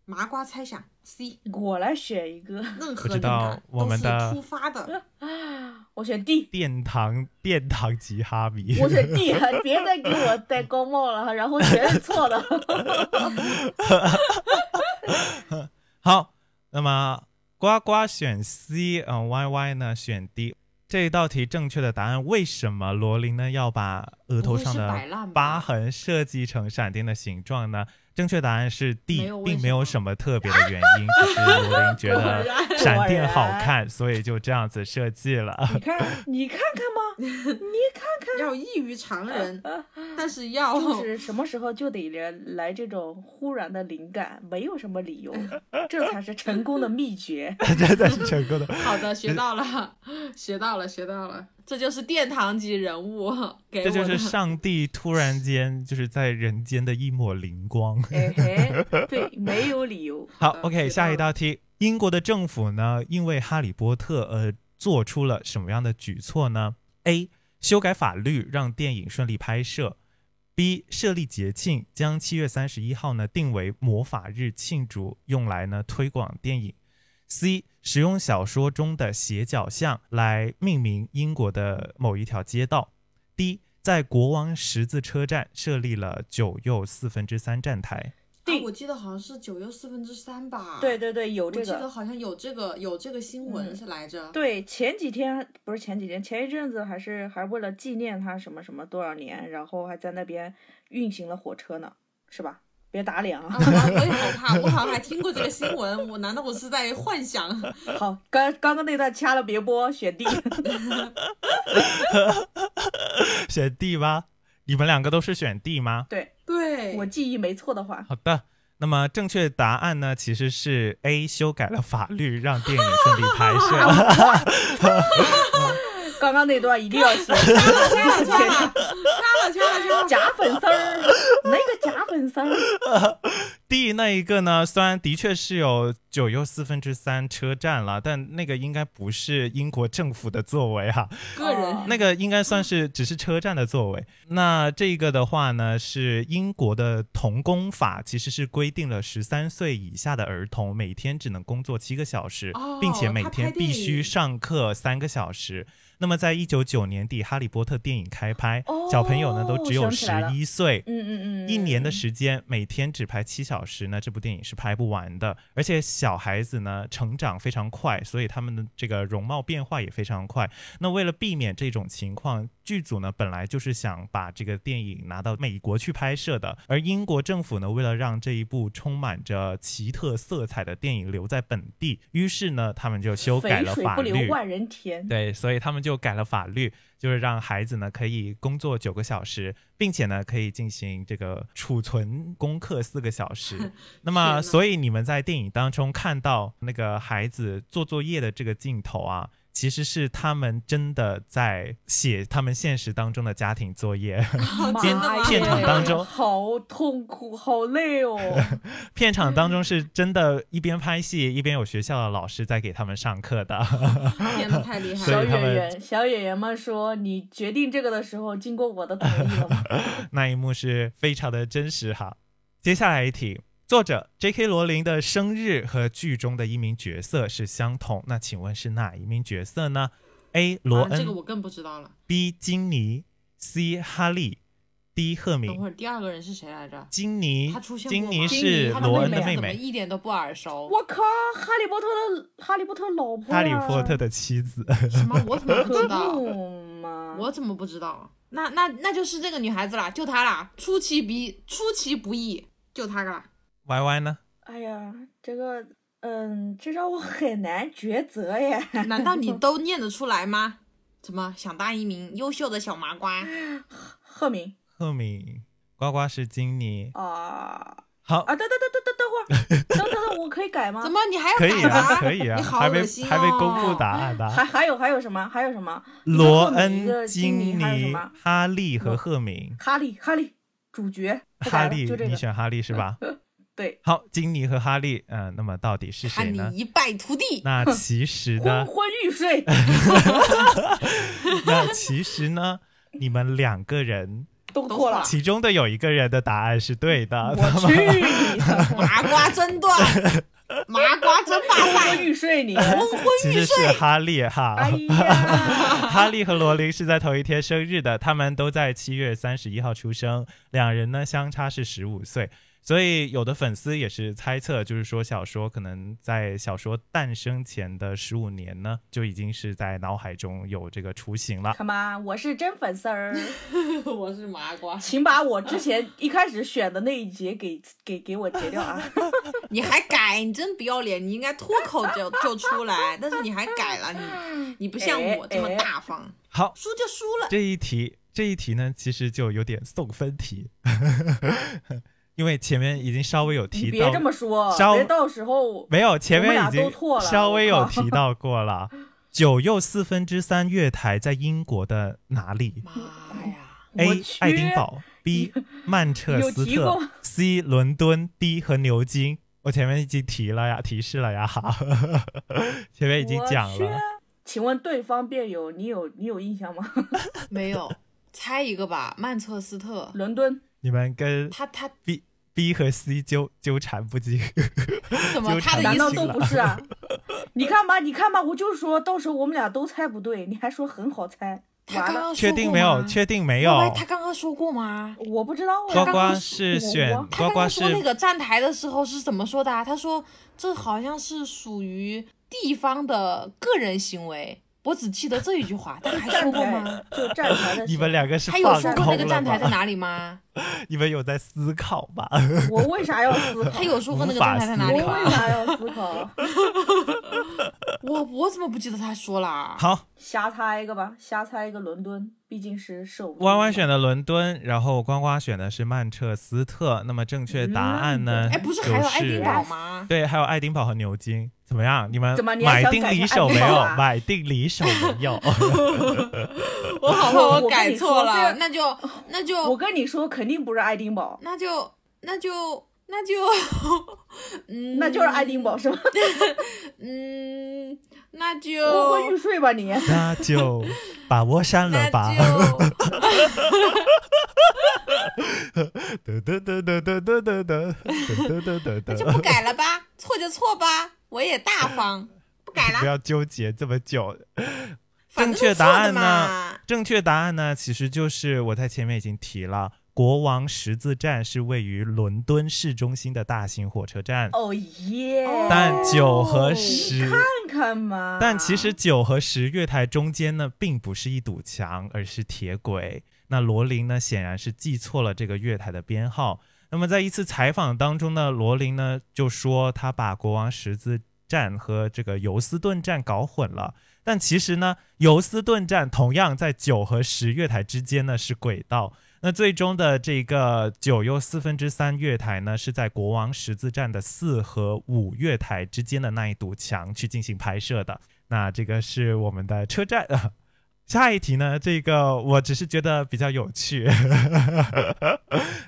[SPEAKER 3] 麻瓜猜想 C，
[SPEAKER 5] 我来选一个，
[SPEAKER 3] 任
[SPEAKER 4] 不知
[SPEAKER 3] 何灵
[SPEAKER 4] 道
[SPEAKER 3] 感
[SPEAKER 4] 我
[SPEAKER 3] 都
[SPEAKER 4] 们
[SPEAKER 3] 是
[SPEAKER 4] 的
[SPEAKER 3] 突发的。
[SPEAKER 5] 我选 D，
[SPEAKER 4] 殿堂殿堂级哈 迷，
[SPEAKER 5] 我选 D，别再给我戴高帽了，然后全是错 的。
[SPEAKER 4] 好，那么呱呱选 C，嗯、y Y 呢选 D。这一道题正确的答案，为什么罗琳呢要把额头上
[SPEAKER 3] 不会是摆烂
[SPEAKER 4] 的
[SPEAKER 3] 吧
[SPEAKER 4] 疤痕设计成闪电的形状呢？正确答案是 D，
[SPEAKER 3] 没有为
[SPEAKER 4] 并没
[SPEAKER 3] 什
[SPEAKER 4] 有
[SPEAKER 3] 么
[SPEAKER 4] 什么特别的原 因，只是罗琳觉
[SPEAKER 5] 果
[SPEAKER 4] 得
[SPEAKER 5] 然
[SPEAKER 4] 闪电好
[SPEAKER 5] 果然
[SPEAKER 4] 看，所以就这样子设计了。
[SPEAKER 5] 你看，你看看嘛，你看
[SPEAKER 3] 要异于常人，
[SPEAKER 5] 看，
[SPEAKER 3] 但是要
[SPEAKER 5] 就是什么时候就得来来这种忽然的灵感，没有什么理由，这才是成功的秘诀。
[SPEAKER 4] 真的是 成功的，
[SPEAKER 3] 好的，学到了， 学到了，学到了，这就是殿堂级人物给我
[SPEAKER 4] 这
[SPEAKER 3] 的。
[SPEAKER 4] 就是 上帝突然间就是在人间的一抹灵光。
[SPEAKER 5] 哎嘿，对，没有理由。
[SPEAKER 4] 好
[SPEAKER 3] 的
[SPEAKER 4] ，OK，
[SPEAKER 3] 学
[SPEAKER 4] 下
[SPEAKER 3] 到
[SPEAKER 4] 一
[SPEAKER 3] 了
[SPEAKER 4] 道题，英国的政府呢，因为《哈利波特》呃，做出了什么样的举措呢？A. 修改法律让电影顺利拍摄；B. 设立节庆，将七月三十一号呢定为魔法日庆祝，用来呢推广电影；C. 使用小说中的斜角巷来命名英国的某一条街道；D. 在国王十字车站设立了九又四分之三站台。
[SPEAKER 3] 啊
[SPEAKER 5] 对
[SPEAKER 3] 我记得好像是九又四分之三吧。
[SPEAKER 5] 对对对，有这
[SPEAKER 3] 我记得
[SPEAKER 5] 个。
[SPEAKER 3] 好像有这个有这个新闻
[SPEAKER 5] 嗯
[SPEAKER 3] 是来着。啊
[SPEAKER 5] 对，前几天不是前几天，前一阵子还是还为了纪念他什么什么多少年，然后还在那边运行了火车呢，是吧？别打脸
[SPEAKER 3] 啊，
[SPEAKER 5] 啊！
[SPEAKER 3] 我我也好怕，我好像还听过这个新闻。我难道我是在幻想？
[SPEAKER 5] 好，刚刚刚那段掐了别播，选 D。
[SPEAKER 4] 选 D 吗？你们两个都是选 D 吗？
[SPEAKER 5] 对
[SPEAKER 3] 对，
[SPEAKER 5] 我记忆没错的话，
[SPEAKER 4] 好的，那么正确答案呢，其实是 A 修改了法律，让电影顺利拍摄。
[SPEAKER 5] 刚刚那段一定要 选 D。
[SPEAKER 3] 掐了掐了掐了 掐了掐了掐了。
[SPEAKER 5] 假粉丝儿，那个假粉丝儿，
[SPEAKER 4] D 那一个呢，虽然的确是有九又四分之三车站了，但那个应该不是英国政府的作为啊哈、
[SPEAKER 3] 个人
[SPEAKER 5] 哦
[SPEAKER 4] 那个应该算是只是车站的作为。那这个的话呢，是英国的童工法，其实是规定了十三岁以下的儿童每天只能工作七个小时，
[SPEAKER 3] 哦
[SPEAKER 4] 并且每
[SPEAKER 3] 他
[SPEAKER 4] 天
[SPEAKER 3] 拍电
[SPEAKER 4] 必须
[SPEAKER 3] 影
[SPEAKER 4] 上课三个小时。那么，在一九九年底，《哈利波特》电影开拍，
[SPEAKER 5] 哦
[SPEAKER 4] 小朋友呢都只有
[SPEAKER 5] 想
[SPEAKER 4] 十
[SPEAKER 5] 起来了
[SPEAKER 4] 一岁，
[SPEAKER 5] 嗯嗯嗯，
[SPEAKER 4] 一年的时间，每天只拍七小时呢，这部电影是拍不完的。而且小孩子呢成长非常快，所以他们的这个容貌变化也非常快。那为了避免这种情况，剧组呢本来就是想把这个电影拿到美国去拍摄的，而英国政府呢为了让这一部充满着奇特色彩的电影留在本地，于是呢他们就修改
[SPEAKER 5] 肥
[SPEAKER 4] 了
[SPEAKER 5] 水
[SPEAKER 4] 法
[SPEAKER 5] 不
[SPEAKER 4] 律。
[SPEAKER 5] 流外人田。
[SPEAKER 4] 对，所以他们就改了法律，就是让孩子呢可以工作九个小时，并且呢可以进行这个储存功课四个小 时。那
[SPEAKER 3] 天
[SPEAKER 4] 么，
[SPEAKER 3] 哪
[SPEAKER 4] 所以你们在电影当中看到那个孩子做作业的这个镜头啊，其实是他们真的在写他们现实当中的家庭作 业。
[SPEAKER 3] 好
[SPEAKER 5] 妈
[SPEAKER 3] 真的吗？
[SPEAKER 5] 呀
[SPEAKER 4] 片场当中
[SPEAKER 5] 好痛苦，好累 哦。
[SPEAKER 4] 片场当中是真的，一边拍戏一边有学校的老师在给他们上课的。
[SPEAKER 3] 天哪，太厉害
[SPEAKER 4] 所
[SPEAKER 5] 小
[SPEAKER 4] 以他
[SPEAKER 5] 演
[SPEAKER 4] 们
[SPEAKER 3] 了！啊
[SPEAKER 5] 员，小演员们说，你决定这个的时候，经过我的同意了 吗？
[SPEAKER 4] 那一幕是非常的真实哈。接下来一题，作者 J.K. 罗琳的生日和剧中的一名角色是相同，那请问是哪一名角色呢？A. 罗
[SPEAKER 3] 啊
[SPEAKER 4] 恩、
[SPEAKER 3] 这个我更不知道了。
[SPEAKER 4] b 金妮，C. 哈利，D. 赫
[SPEAKER 3] 等
[SPEAKER 4] 敏
[SPEAKER 3] 会。儿第二个人是谁来着？
[SPEAKER 4] 金妮
[SPEAKER 3] 他出，现过
[SPEAKER 4] 金
[SPEAKER 3] 吗
[SPEAKER 4] 妮
[SPEAKER 3] 金
[SPEAKER 4] 是
[SPEAKER 5] 妮她的
[SPEAKER 4] 罗
[SPEAKER 5] 妹
[SPEAKER 4] 恩的
[SPEAKER 5] 妹
[SPEAKER 4] 妹
[SPEAKER 3] 啊怎么
[SPEAKER 4] 妹，
[SPEAKER 3] 一点都不耳熟？
[SPEAKER 5] 我靠，哈利波特的哈利波特老婆呀，啊
[SPEAKER 4] 哈利波特的妻子。
[SPEAKER 3] 什么？我怎么不知
[SPEAKER 5] 可
[SPEAKER 3] 道？
[SPEAKER 5] 不嘛，
[SPEAKER 3] 我怎么不知道？那那那就是这个女孩子啦，就她啦，出其不出其不意，就她啦。
[SPEAKER 4] Y Y 呢？
[SPEAKER 5] 哎呀，这个，嗯，这让我很难抉择耶。
[SPEAKER 3] 难道你都念得出来吗？ 怎么想当一名优秀的小麻瓜？
[SPEAKER 5] 赫敏
[SPEAKER 4] 赫敏，呱呱是金妮。
[SPEAKER 5] 啊
[SPEAKER 4] 好，
[SPEAKER 3] 哎
[SPEAKER 5] 啊，等等等等等等会儿，等等等，我可以改吗？
[SPEAKER 3] 怎么你还要
[SPEAKER 4] 可以
[SPEAKER 3] 改
[SPEAKER 4] 啊，
[SPEAKER 3] 啊？
[SPEAKER 4] 可以啊，
[SPEAKER 3] 你好
[SPEAKER 4] 还没
[SPEAKER 3] 恶心哦！
[SPEAKER 4] 还没公布答案啊 呢。
[SPEAKER 5] 还还有还有什么？还有什么？
[SPEAKER 4] 罗
[SPEAKER 5] 你说
[SPEAKER 4] 恩、
[SPEAKER 5] 你金
[SPEAKER 4] 金
[SPEAKER 5] 还有什
[SPEAKER 4] 妮
[SPEAKER 5] 么、？
[SPEAKER 4] 哈利和
[SPEAKER 5] 罗
[SPEAKER 4] 赫敏。
[SPEAKER 5] 哈利，哈利主角，不改
[SPEAKER 4] 哈
[SPEAKER 5] 了
[SPEAKER 4] 利，
[SPEAKER 5] 就这
[SPEAKER 4] 你
[SPEAKER 5] 个。嗯
[SPEAKER 4] 选哈利是吧？
[SPEAKER 5] 对，
[SPEAKER 4] 好，金妮和哈利，嗯、那么到底是谁
[SPEAKER 3] 看
[SPEAKER 4] 呢
[SPEAKER 3] 你？一败涂地。
[SPEAKER 4] 那其实呢
[SPEAKER 5] 昏，昏欲睡。
[SPEAKER 4] 那其实呢，你们两个人，
[SPEAKER 5] 都错 了。
[SPEAKER 4] 其中的有一个人的答案是对的，
[SPEAKER 5] 我去你 的，
[SPEAKER 3] 麻瓜争断，麻瓜争霸
[SPEAKER 5] 昏
[SPEAKER 3] 赛，
[SPEAKER 5] 昏欲睡你！
[SPEAKER 4] 其实是哈利哈。
[SPEAKER 5] 哎 呀，
[SPEAKER 4] 哈利和罗琳是在同一天生日的，他们都在七月三十一号出生，两人呢相差是十五岁，所以有的粉丝也是猜测，就是说小说可能在小说诞生前的十五年呢，就已经是在脑海中有这个雏形了。
[SPEAKER 5] 看吧，我是真粉丝儿，
[SPEAKER 3] 我是麻瓜，
[SPEAKER 5] 请把我之前一开始选的那一节给给给我截掉啊！
[SPEAKER 3] 你还改，你真不要脸，你应该脱口就就出来，但是你还改了， 你你不像我这么大方，
[SPEAKER 4] 好，
[SPEAKER 3] 输就输了。
[SPEAKER 4] 这一题，这一题呢，其实就有点送分题， 因为前面已经稍微有
[SPEAKER 5] 你
[SPEAKER 4] 提
[SPEAKER 5] 别
[SPEAKER 4] 到，
[SPEAKER 5] 这么说，
[SPEAKER 4] 稍
[SPEAKER 5] 别到时候
[SPEAKER 4] 没有，前面已
[SPEAKER 5] 我们俩
[SPEAKER 4] 经
[SPEAKER 5] 都错了
[SPEAKER 4] 稍微有
[SPEAKER 5] 我靠
[SPEAKER 4] 提到过 了。九又四分之三月台在英国的哪
[SPEAKER 3] 哎
[SPEAKER 4] 里
[SPEAKER 3] 妈呀，
[SPEAKER 5] 我
[SPEAKER 4] ？A.
[SPEAKER 5] 去
[SPEAKER 4] 哎爱丁堡，B. 曼彻斯
[SPEAKER 5] 有提
[SPEAKER 4] 特
[SPEAKER 5] 供
[SPEAKER 4] ，C. 伦敦，D. 和牛津。我前面已经提了呀，提示了呀，前面已经讲
[SPEAKER 5] 我去
[SPEAKER 4] 了。
[SPEAKER 5] 请问对方辩友，你有你有印象吗？
[SPEAKER 3] 没有，猜一个吧，曼彻斯特，
[SPEAKER 5] 伦敦
[SPEAKER 4] 你们 跟
[SPEAKER 3] 他他
[SPEAKER 4] B、B 和 C 纠纠缠不清。
[SPEAKER 5] 哦
[SPEAKER 3] 怎么
[SPEAKER 4] 纠
[SPEAKER 3] 他
[SPEAKER 4] 缠
[SPEAKER 3] 的
[SPEAKER 5] 难
[SPEAKER 3] 意
[SPEAKER 5] 道
[SPEAKER 3] 思
[SPEAKER 4] 不清
[SPEAKER 5] 都
[SPEAKER 4] 了
[SPEAKER 5] 不是啊？你看吧，你看吧，我就说到时候我们俩都猜不对，你还说很好猜，
[SPEAKER 3] 他
[SPEAKER 5] 完
[SPEAKER 3] 刚
[SPEAKER 5] 了，
[SPEAKER 3] 刚说
[SPEAKER 4] 确
[SPEAKER 3] 过
[SPEAKER 4] 定没有？
[SPEAKER 3] 吗
[SPEAKER 4] 确定没
[SPEAKER 3] 乖乖
[SPEAKER 4] 有？
[SPEAKER 3] 他刚刚说过吗？
[SPEAKER 5] 我不知道
[SPEAKER 4] 呱
[SPEAKER 5] 啊。
[SPEAKER 3] 刚
[SPEAKER 4] 呱
[SPEAKER 3] 刚
[SPEAKER 4] 是
[SPEAKER 5] 说
[SPEAKER 4] 选
[SPEAKER 5] 我
[SPEAKER 4] 呱
[SPEAKER 3] 他刚
[SPEAKER 4] 呱
[SPEAKER 3] 刚
[SPEAKER 4] 是
[SPEAKER 3] 说那个站台的时候是怎么说的、啊？他说这好像是属于地方的个人行为。我只记得这一句话，他还说
[SPEAKER 5] 站
[SPEAKER 3] 过
[SPEAKER 5] 台
[SPEAKER 3] 吗？
[SPEAKER 5] 就站台的时候，
[SPEAKER 4] 你们两个 是
[SPEAKER 3] 他
[SPEAKER 4] 放
[SPEAKER 3] 有说过那
[SPEAKER 4] 空
[SPEAKER 3] 个
[SPEAKER 4] 了
[SPEAKER 3] 站台在
[SPEAKER 4] 吗？
[SPEAKER 3] 哪里吗？
[SPEAKER 4] 你们有在思考吧？
[SPEAKER 5] 我为啥要思考？
[SPEAKER 3] 他有说过那个站台在哪
[SPEAKER 5] 我
[SPEAKER 3] 里
[SPEAKER 4] 无法
[SPEAKER 5] 为
[SPEAKER 3] 吗？
[SPEAKER 5] 啥要思考？
[SPEAKER 3] 我我怎么不记得他说啊啦？
[SPEAKER 4] 好，
[SPEAKER 5] 瞎猜一个吧，瞎猜一个伦敦，毕竟是首都。
[SPEAKER 4] 弯弯选的伦敦，然后呱呱选的是曼彻斯特。那么正确答案呢？
[SPEAKER 3] 哎，不是还有
[SPEAKER 5] 啊
[SPEAKER 3] 爱丁堡
[SPEAKER 4] 就是？
[SPEAKER 3] 吗？
[SPEAKER 4] 对，还有爱丁堡和牛津。怎么样？你们
[SPEAKER 5] 怎么你还
[SPEAKER 4] 买
[SPEAKER 5] 想
[SPEAKER 4] 定
[SPEAKER 5] 改
[SPEAKER 4] 离
[SPEAKER 5] 成
[SPEAKER 4] 手
[SPEAKER 5] 爱
[SPEAKER 4] 没
[SPEAKER 5] 丁堡
[SPEAKER 4] 有？
[SPEAKER 5] 啊
[SPEAKER 4] 买定离手没有？
[SPEAKER 3] 我好怕
[SPEAKER 5] 我我跟
[SPEAKER 3] 改
[SPEAKER 5] 你
[SPEAKER 3] 错
[SPEAKER 5] 说这
[SPEAKER 3] 了，那就 那
[SPEAKER 5] 我
[SPEAKER 3] 就
[SPEAKER 5] 跟你说，肯定不是爱丁堡，
[SPEAKER 3] 那就那就 那就，嗯，
[SPEAKER 5] 那就是爱丁堡是吧？
[SPEAKER 3] 嗯，那就
[SPEAKER 5] 昏昏欲睡吧你。
[SPEAKER 4] 那就把窝删了
[SPEAKER 3] 那
[SPEAKER 4] 吧。
[SPEAKER 3] 就
[SPEAKER 4] 得得得得得得得得得得得
[SPEAKER 3] 那
[SPEAKER 4] 得
[SPEAKER 3] 就不改了吧，错就错吧，我也大方，不改
[SPEAKER 4] 不
[SPEAKER 3] 了。
[SPEAKER 4] 要纠结这么久。
[SPEAKER 3] 反
[SPEAKER 4] 正
[SPEAKER 3] 正
[SPEAKER 4] 确
[SPEAKER 3] 都错
[SPEAKER 4] 答
[SPEAKER 3] 的
[SPEAKER 4] 案
[SPEAKER 3] 嘛
[SPEAKER 4] 呢？？正确答案呢？其实就是我在前面已经提了，国王十字站是位于伦敦市中心的大型火车站，
[SPEAKER 5] 哦耶！
[SPEAKER 4] 但九
[SPEAKER 3] 哦
[SPEAKER 4] 和十。
[SPEAKER 5] 看看嘛。
[SPEAKER 4] 但其实九和十月台中间呢，并不是一堵墙，而是铁轨。那罗琳呢，显然是记错了这个月台的编号。那么在一次采访当中呢，罗琳呢就说他把国王十字站和这个尤斯顿站搞混了。但其实呢，尤斯顿站同样在九和十月台之间呢是轨道。那最终的这个九又四分之三月台呢，是在国王十字站的四和五月台之间的那一堵墙去进行拍摄的。那这个是我们的车站。啊下一题呢，这个我只是觉得比较有趣，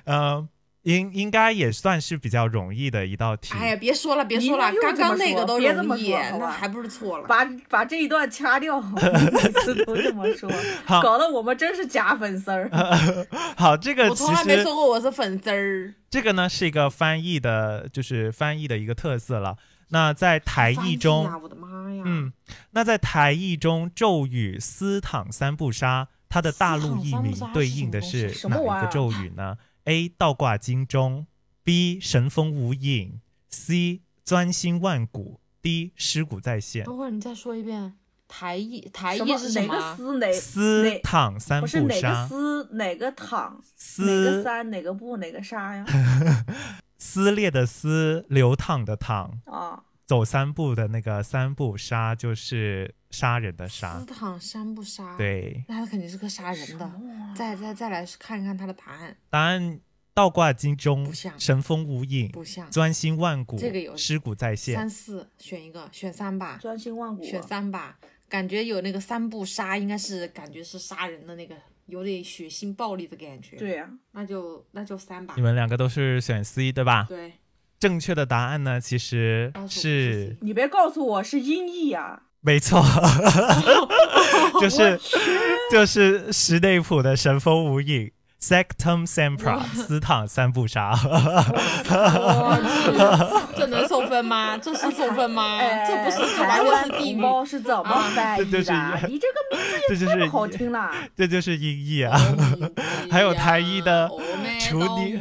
[SPEAKER 4] 呃，应应该也算是比较容易的一道题。
[SPEAKER 3] 哎呀，别说了，别说了
[SPEAKER 5] 你，又
[SPEAKER 3] 刚刚那个都
[SPEAKER 5] 这么
[SPEAKER 3] 容易，
[SPEAKER 5] 说好吧
[SPEAKER 3] 那还不是错了？
[SPEAKER 5] 把把这一段掐掉， 每次都这么说，
[SPEAKER 4] 好
[SPEAKER 5] 搞得我们真是假粉丝儿。
[SPEAKER 4] 好，这个
[SPEAKER 3] 我
[SPEAKER 4] 其
[SPEAKER 3] 从来没
[SPEAKER 4] 实
[SPEAKER 3] 说过我是粉丝儿，
[SPEAKER 4] 这个呢是一个翻译的，就是翻译的一个特色了。那在台
[SPEAKER 3] 翻
[SPEAKER 4] 译
[SPEAKER 3] 译
[SPEAKER 4] 中，
[SPEAKER 3] 啊，我的妈呀！
[SPEAKER 4] 嗯，那在台译中，咒语“斯坦三不杀”，它的大陆译名对应的是
[SPEAKER 5] 斯
[SPEAKER 4] 哪
[SPEAKER 5] 坦三不杀
[SPEAKER 4] 一个咒语呢？A. 倒挂金钟，B. 神风无影，C. 钻心万骨，D. 尸骨在现。
[SPEAKER 3] 等会儿你再说一遍，台译台
[SPEAKER 5] 什
[SPEAKER 3] 译是什
[SPEAKER 5] 哪
[SPEAKER 3] 么
[SPEAKER 5] 个
[SPEAKER 3] 啊？
[SPEAKER 5] 丝哪
[SPEAKER 4] 斯
[SPEAKER 5] 哪
[SPEAKER 4] 坦三
[SPEAKER 5] 不是
[SPEAKER 4] 不
[SPEAKER 5] 哪个
[SPEAKER 4] 杀，
[SPEAKER 5] 丝哪个躺哪个
[SPEAKER 4] 撕
[SPEAKER 5] 三哪个不哪个沙 呀？
[SPEAKER 4] 撕裂的撕，流淌的淌，
[SPEAKER 5] 啊，
[SPEAKER 4] 走三步的那个三步杀就是杀人的杀
[SPEAKER 3] 斯。坦山不杀？，
[SPEAKER 4] 呃对，
[SPEAKER 3] 那他肯定是个杀人的。
[SPEAKER 5] 啊
[SPEAKER 3] 再再再来看一看他的答案，
[SPEAKER 4] 答案倒挂金钟
[SPEAKER 3] 不，像
[SPEAKER 4] 神风无影，
[SPEAKER 3] 不像
[SPEAKER 4] 钻心万骨，
[SPEAKER 3] 这个有
[SPEAKER 4] 尸骨在现
[SPEAKER 3] 三。四选一个，选三吧。
[SPEAKER 5] 专心万骨。啊
[SPEAKER 3] 选三吧，感觉有那个三不杀，应该是感觉是杀人的那个，有点血腥暴力的感觉。
[SPEAKER 5] 对，呀、
[SPEAKER 3] 那就那就三吧
[SPEAKER 4] 你。们两个都是选 C 对吧？
[SPEAKER 3] 对，
[SPEAKER 4] 正确的答案呢，其实
[SPEAKER 3] 告诉我自
[SPEAKER 4] 是
[SPEAKER 3] 己
[SPEAKER 5] 你别告诉我是音译啊呀、
[SPEAKER 4] 没 错，就是就是史内普的神风无影 Sectum Sempra 斯坦三不杀。
[SPEAKER 3] 我去，这能送分吗？这是送分吗？
[SPEAKER 5] 哎，
[SPEAKER 3] 啊这不是
[SPEAKER 5] 台
[SPEAKER 3] 莱沃
[SPEAKER 5] 湾
[SPEAKER 3] 斯地
[SPEAKER 5] 同
[SPEAKER 3] 狱。
[SPEAKER 5] 胞是怎么
[SPEAKER 3] 啊
[SPEAKER 5] 翻译
[SPEAKER 4] 这就是
[SPEAKER 5] 的啊？你这个名字
[SPEAKER 4] 这就
[SPEAKER 5] 也太
[SPEAKER 4] 是
[SPEAKER 5] 不好听了。
[SPEAKER 4] 这就是音译啊。 还有台一的厨尼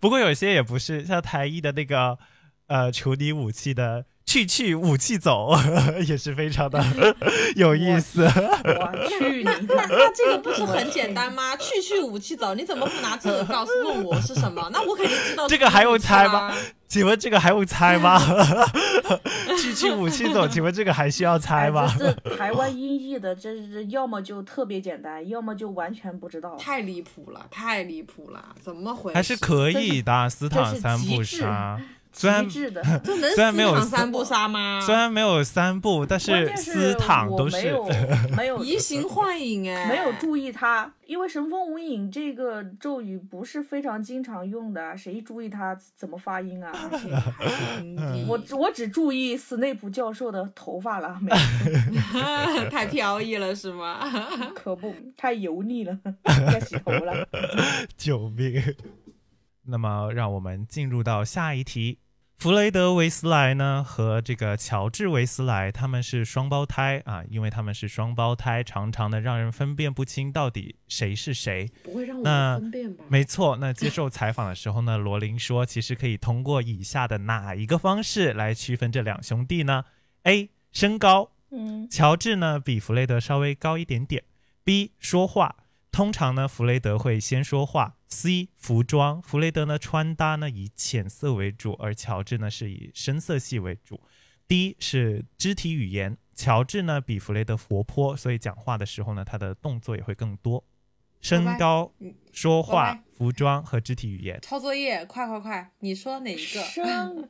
[SPEAKER 4] 不过有些也不是，像台一的那个呃处理武器的去去武器走， 也是非常 的有意思。
[SPEAKER 5] 我去你
[SPEAKER 3] 那
[SPEAKER 5] 的！
[SPEAKER 3] 那这个不是很简单 吗？去去武器走，你怎么不拿这个告诉问我是什么？那我肯定知道。
[SPEAKER 4] 这个还用猜吗？请问这个还用猜吗？ 去去武器 走，请问这个还需要猜吗
[SPEAKER 5] 哎？这 这台湾音译的，这是要么就特别简单，要么就完全不知道。
[SPEAKER 3] 太离谱了，太离谱了，怎么回事？
[SPEAKER 4] 还是可以的，斯坦三不杀。虽然
[SPEAKER 5] 极致的，
[SPEAKER 3] 这能
[SPEAKER 4] 虽然没有
[SPEAKER 3] 斯坦三不杀吗？
[SPEAKER 4] 虽然没有三部，但
[SPEAKER 5] 关
[SPEAKER 4] 是
[SPEAKER 5] 键
[SPEAKER 4] 斯坦
[SPEAKER 5] 我
[SPEAKER 4] 都
[SPEAKER 5] 没
[SPEAKER 4] 是
[SPEAKER 5] 有没 有
[SPEAKER 3] 移形换影哎，
[SPEAKER 5] 没有注意它，因为神风无影这个咒语不是非常经常用的，啊谁注意它怎么发音啊？
[SPEAKER 3] 而且还是平 地
[SPEAKER 5] 我我只注意斯内普教授的头发了，每次
[SPEAKER 3] 太飘逸了是吗？
[SPEAKER 5] 可不太油腻了， 该洗头了。
[SPEAKER 4] 救命！那么，让我们进入到下一题。弗雷德·维斯莱呢和这个乔治·维斯莱他们是双胞胎啊，因为他们是双胞胎，常常的让人分辨不清到底谁是谁。
[SPEAKER 3] 不会让我
[SPEAKER 4] 那
[SPEAKER 3] 们分辨吧？
[SPEAKER 4] 没错，那接受采访的时候呢，罗琳说，其实可以通过以下的哪一个方式来区分这两兄弟呢？A. 身高，
[SPEAKER 5] 嗯，
[SPEAKER 4] 乔治呢比弗雷德稍微高一点点。B 说话，通常呢弗雷德会先说话。C 服装，弗雷德呢穿搭呢以浅色为主，而乔治呢是以深色系为主。D 是肢体语言，乔治呢比弗雷德活泼，所以讲话的时候呢他的动作也会更多。身高、
[SPEAKER 3] 嗯
[SPEAKER 4] 说
[SPEAKER 3] 拜
[SPEAKER 4] 话
[SPEAKER 3] 拜、
[SPEAKER 4] 服装和肢体语言。
[SPEAKER 3] 抄作业，快快快！你说哪一个？
[SPEAKER 5] 身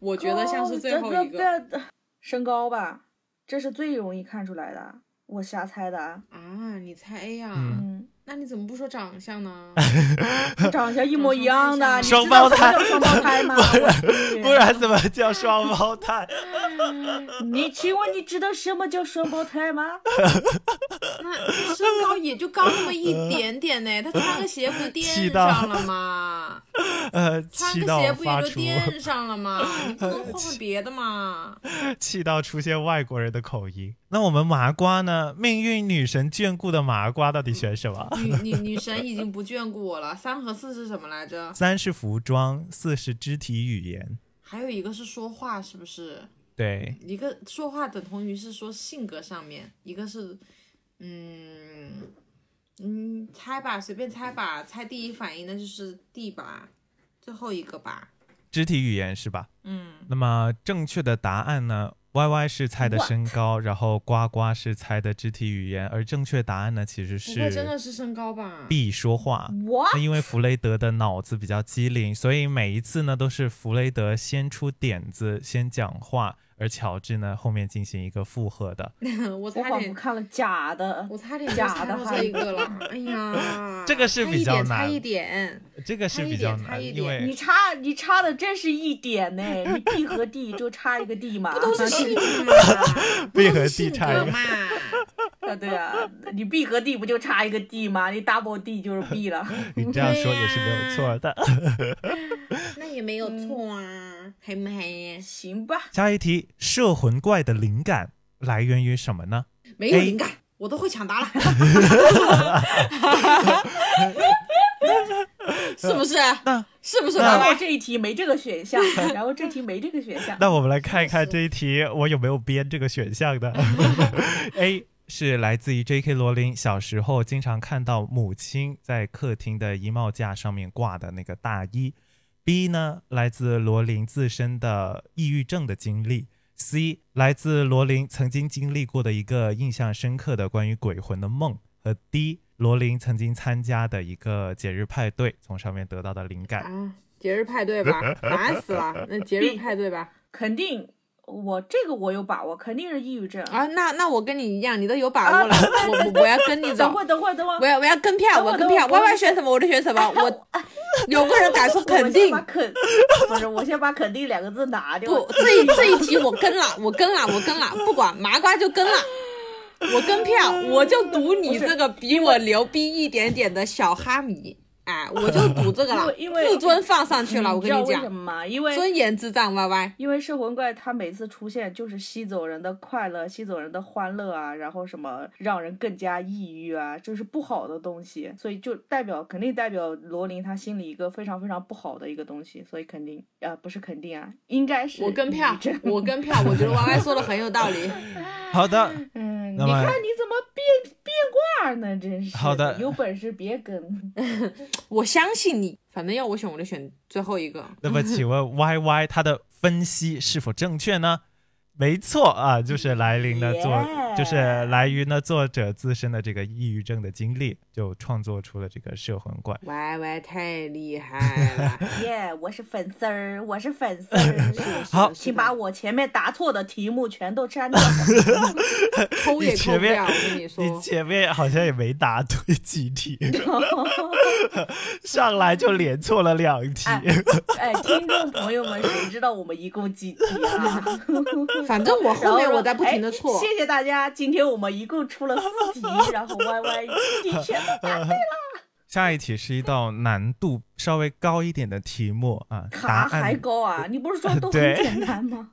[SPEAKER 3] 我觉得
[SPEAKER 5] 哦
[SPEAKER 3] 像是最后一个
[SPEAKER 5] 个，身高吧，这是最容易看出来的，我瞎猜的啊。
[SPEAKER 3] 啊，你猜 A 呀、
[SPEAKER 4] 嗯
[SPEAKER 5] 嗯，
[SPEAKER 3] 那你怎么不说长相呢？
[SPEAKER 5] 长相一模一样的，你知道
[SPEAKER 4] 双胞胎
[SPEAKER 5] 什么叫双胞胎吗？我 去
[SPEAKER 4] 不然怎么叫双胞胎？
[SPEAKER 5] 你请问你知道什么叫双胞胎吗？
[SPEAKER 3] 那身高也就高那么一点点呢，他穿个鞋不就
[SPEAKER 4] 气
[SPEAKER 3] 垫
[SPEAKER 4] 到
[SPEAKER 3] 上了 吗？
[SPEAKER 4] 呃，
[SPEAKER 3] 穿
[SPEAKER 4] 气
[SPEAKER 3] 个
[SPEAKER 4] 到
[SPEAKER 3] 鞋不
[SPEAKER 4] 发
[SPEAKER 3] 也就
[SPEAKER 4] 出，
[SPEAKER 3] 垫上了吗？你 不能换换别的吗？
[SPEAKER 4] 气到出现外国人的口音。那我们麻瓜呢？命运女神眷顾的麻瓜到底选什么？
[SPEAKER 3] 女女女神已经不眷顾我了。三和四是什么来着？
[SPEAKER 4] 三是服装，四是肢体语言。
[SPEAKER 3] 还有一个是说话，是不是？
[SPEAKER 4] 对，
[SPEAKER 3] 一个说话等同于是说性格上面，一个是，嗯嗯，猜吧，随便猜吧，猜第一反应那就是 D 吧，最后一个吧，
[SPEAKER 4] 肢体语言是吧？
[SPEAKER 3] 嗯，
[SPEAKER 4] 那么正确的答案呢？Y Y 是猜的身高，然后呱呱是猜的肢体语言，而正确答案呢其实
[SPEAKER 3] 不会真的嗯
[SPEAKER 4] 是
[SPEAKER 3] 是身高吧？
[SPEAKER 4] B 说话。
[SPEAKER 5] 我
[SPEAKER 4] 那因为弗雷德的脑子比较机灵，所以每一次呢都是弗雷德先出点子，先讲话，而乔治呢后面进行一个附和的。
[SPEAKER 3] 我
[SPEAKER 5] 我
[SPEAKER 3] 差
[SPEAKER 5] 仿佛
[SPEAKER 3] 点，
[SPEAKER 5] 看了假的
[SPEAKER 3] 我，差点就
[SPEAKER 5] 假
[SPEAKER 3] 猜
[SPEAKER 5] 的
[SPEAKER 3] 到
[SPEAKER 5] 哈
[SPEAKER 3] 这一个了，哎 呀，
[SPEAKER 4] 这个是比较难
[SPEAKER 3] 差一点，
[SPEAKER 4] 这个是比较难，
[SPEAKER 3] 差一点
[SPEAKER 4] 因
[SPEAKER 5] 你
[SPEAKER 4] 为
[SPEAKER 5] 差你差的真是一点呢，你 D 和 D 就差一个 D 嘛，
[SPEAKER 3] 啊 差一点，不都是性 格吗？
[SPEAKER 4] B 和 D 差一
[SPEAKER 3] 格
[SPEAKER 4] 点
[SPEAKER 3] 嘛，
[SPEAKER 5] 啊？对啊，你 B 和 D 不就差一个 D 吗？你 double D 就是 B 了。
[SPEAKER 4] 你这样说也是没有
[SPEAKER 3] 啊
[SPEAKER 4] 错的。
[SPEAKER 3] 那也没有错啊， 黑不黑？
[SPEAKER 5] 行吧，
[SPEAKER 4] 下一题，摄魂怪的灵感来源于什么呢？
[SPEAKER 3] 没有
[SPEAKER 4] A
[SPEAKER 3] 灵感，我都会抢 答了，是不是？是不是
[SPEAKER 5] 然
[SPEAKER 3] 爸
[SPEAKER 5] 后
[SPEAKER 3] 爸？
[SPEAKER 5] 这一题没这个选项，然后这题没这个选 项。
[SPEAKER 4] 那我们来看一看这一题我有没有编这个选项 的。A 是来自于 J.K. 罗琳小时候经常看到母亲在客厅的衣帽架上面挂的那个大衣。B 呢，来自罗琳自身的抑郁症的经历。C 来自罗琳曾经经历过的一个印象深刻的关于鬼魂的梦，和 D 罗琳曾经参加的一个节日派对，从上面得
[SPEAKER 3] 嗯
[SPEAKER 4] 到的灵感。
[SPEAKER 3] 啊，节日派对吧，烦死了！那节日派对吧，
[SPEAKER 5] 肯定我这个我有把握，肯定是抑郁症。
[SPEAKER 3] 啊，那那我跟你一样，你都有把握了，我我啊 我要跟你
[SPEAKER 5] 等
[SPEAKER 3] 走
[SPEAKER 5] 会，儿等会儿等会儿，
[SPEAKER 3] 我要我要跟票，
[SPEAKER 5] 等会
[SPEAKER 3] 我
[SPEAKER 5] 儿
[SPEAKER 3] 跟
[SPEAKER 5] 等
[SPEAKER 3] 票
[SPEAKER 5] 会
[SPEAKER 3] ，Y
[SPEAKER 5] 儿
[SPEAKER 3] Y 选什么我就选什么， 我有个人敢说肯
[SPEAKER 5] 我先
[SPEAKER 3] 定
[SPEAKER 5] 把， 肯不是，我先把肯定两个字拿掉。
[SPEAKER 3] 不，这一这一题我跟了，我跟了，我跟了，不管麻瓜就跟了。我跟票，我就赌你这个比我牛逼一点点的小哈迷，哎，我就赌这个了，
[SPEAKER 5] 因为因为
[SPEAKER 3] 自尊放上去了，
[SPEAKER 5] 嗯
[SPEAKER 3] 我
[SPEAKER 5] 知
[SPEAKER 3] 跟
[SPEAKER 5] 道
[SPEAKER 3] 你
[SPEAKER 5] 为什
[SPEAKER 3] 讲，
[SPEAKER 5] 么吗？因为
[SPEAKER 3] 尊严之战，Y Y，
[SPEAKER 5] 因为噬魂怪它每次出现就是吸走人的快乐，吸走人的欢乐啊，然后什么让人更加抑郁啊，就是不好的东西，所以就代表肯定代表罗琳他心里一个非常非常不好的一个东西，所以肯定啊、不是肯定啊，应该是
[SPEAKER 3] 我跟
[SPEAKER 5] 抑
[SPEAKER 3] 票
[SPEAKER 5] 郁症，
[SPEAKER 3] 我跟票，我觉得 Y Y 说的很有道理。
[SPEAKER 4] 好的，
[SPEAKER 5] 嗯，你
[SPEAKER 4] 那么
[SPEAKER 5] 看你怎么变变卦呢？真是
[SPEAKER 4] 好的
[SPEAKER 5] 有本事别 跟。
[SPEAKER 3] 我相信你，反正要我选，我就选最后一个。
[SPEAKER 4] 那么请问 Y Y 他的分析是否正确呢？没错啊，就是来临的作
[SPEAKER 5] Yeah
[SPEAKER 4] 就是来源的作者自身的这个抑郁症的经历，就创作出了这个摄魂怪。。
[SPEAKER 3] Y Y 太厉害了，
[SPEAKER 5] 耶、我是粉丝儿，我是粉丝儿
[SPEAKER 4] 好
[SPEAKER 5] 请把我前面答错的题目全都 删掉。
[SPEAKER 3] 抠
[SPEAKER 4] 你
[SPEAKER 3] 也抠
[SPEAKER 4] 前
[SPEAKER 3] 不
[SPEAKER 4] 面
[SPEAKER 3] 了，我跟你说。
[SPEAKER 4] 你前面好像也没答对几 题，上来就连错了两题。
[SPEAKER 3] 啊
[SPEAKER 5] 哎哎，听众朋友们，谁知道我们一共几题啊？
[SPEAKER 3] 反正我后面我在不停的
[SPEAKER 5] 然后
[SPEAKER 3] 错
[SPEAKER 5] 哎。谢谢大家，今天我们一共出了四题，然后 Y Y 四题全都 答对了，
[SPEAKER 4] 下一题是一道难度稍微高一点的题目啊，
[SPEAKER 5] 卡
[SPEAKER 4] 答
[SPEAKER 5] 还
[SPEAKER 4] 案
[SPEAKER 5] 高啊！你不是说都很
[SPEAKER 4] 对
[SPEAKER 5] 简单吗？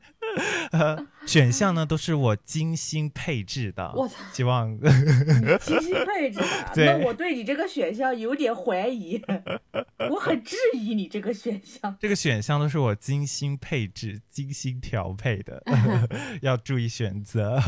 [SPEAKER 4] 呃选项呢都是我精心配置的。
[SPEAKER 3] 我操
[SPEAKER 4] 希望
[SPEAKER 5] 精心配置的。
[SPEAKER 4] 对
[SPEAKER 5] 啊那我对你这个选项有点 怀疑，我很质疑你这个选项。
[SPEAKER 4] 这个选项都是我精心配置、精心调配 的，要注意选择。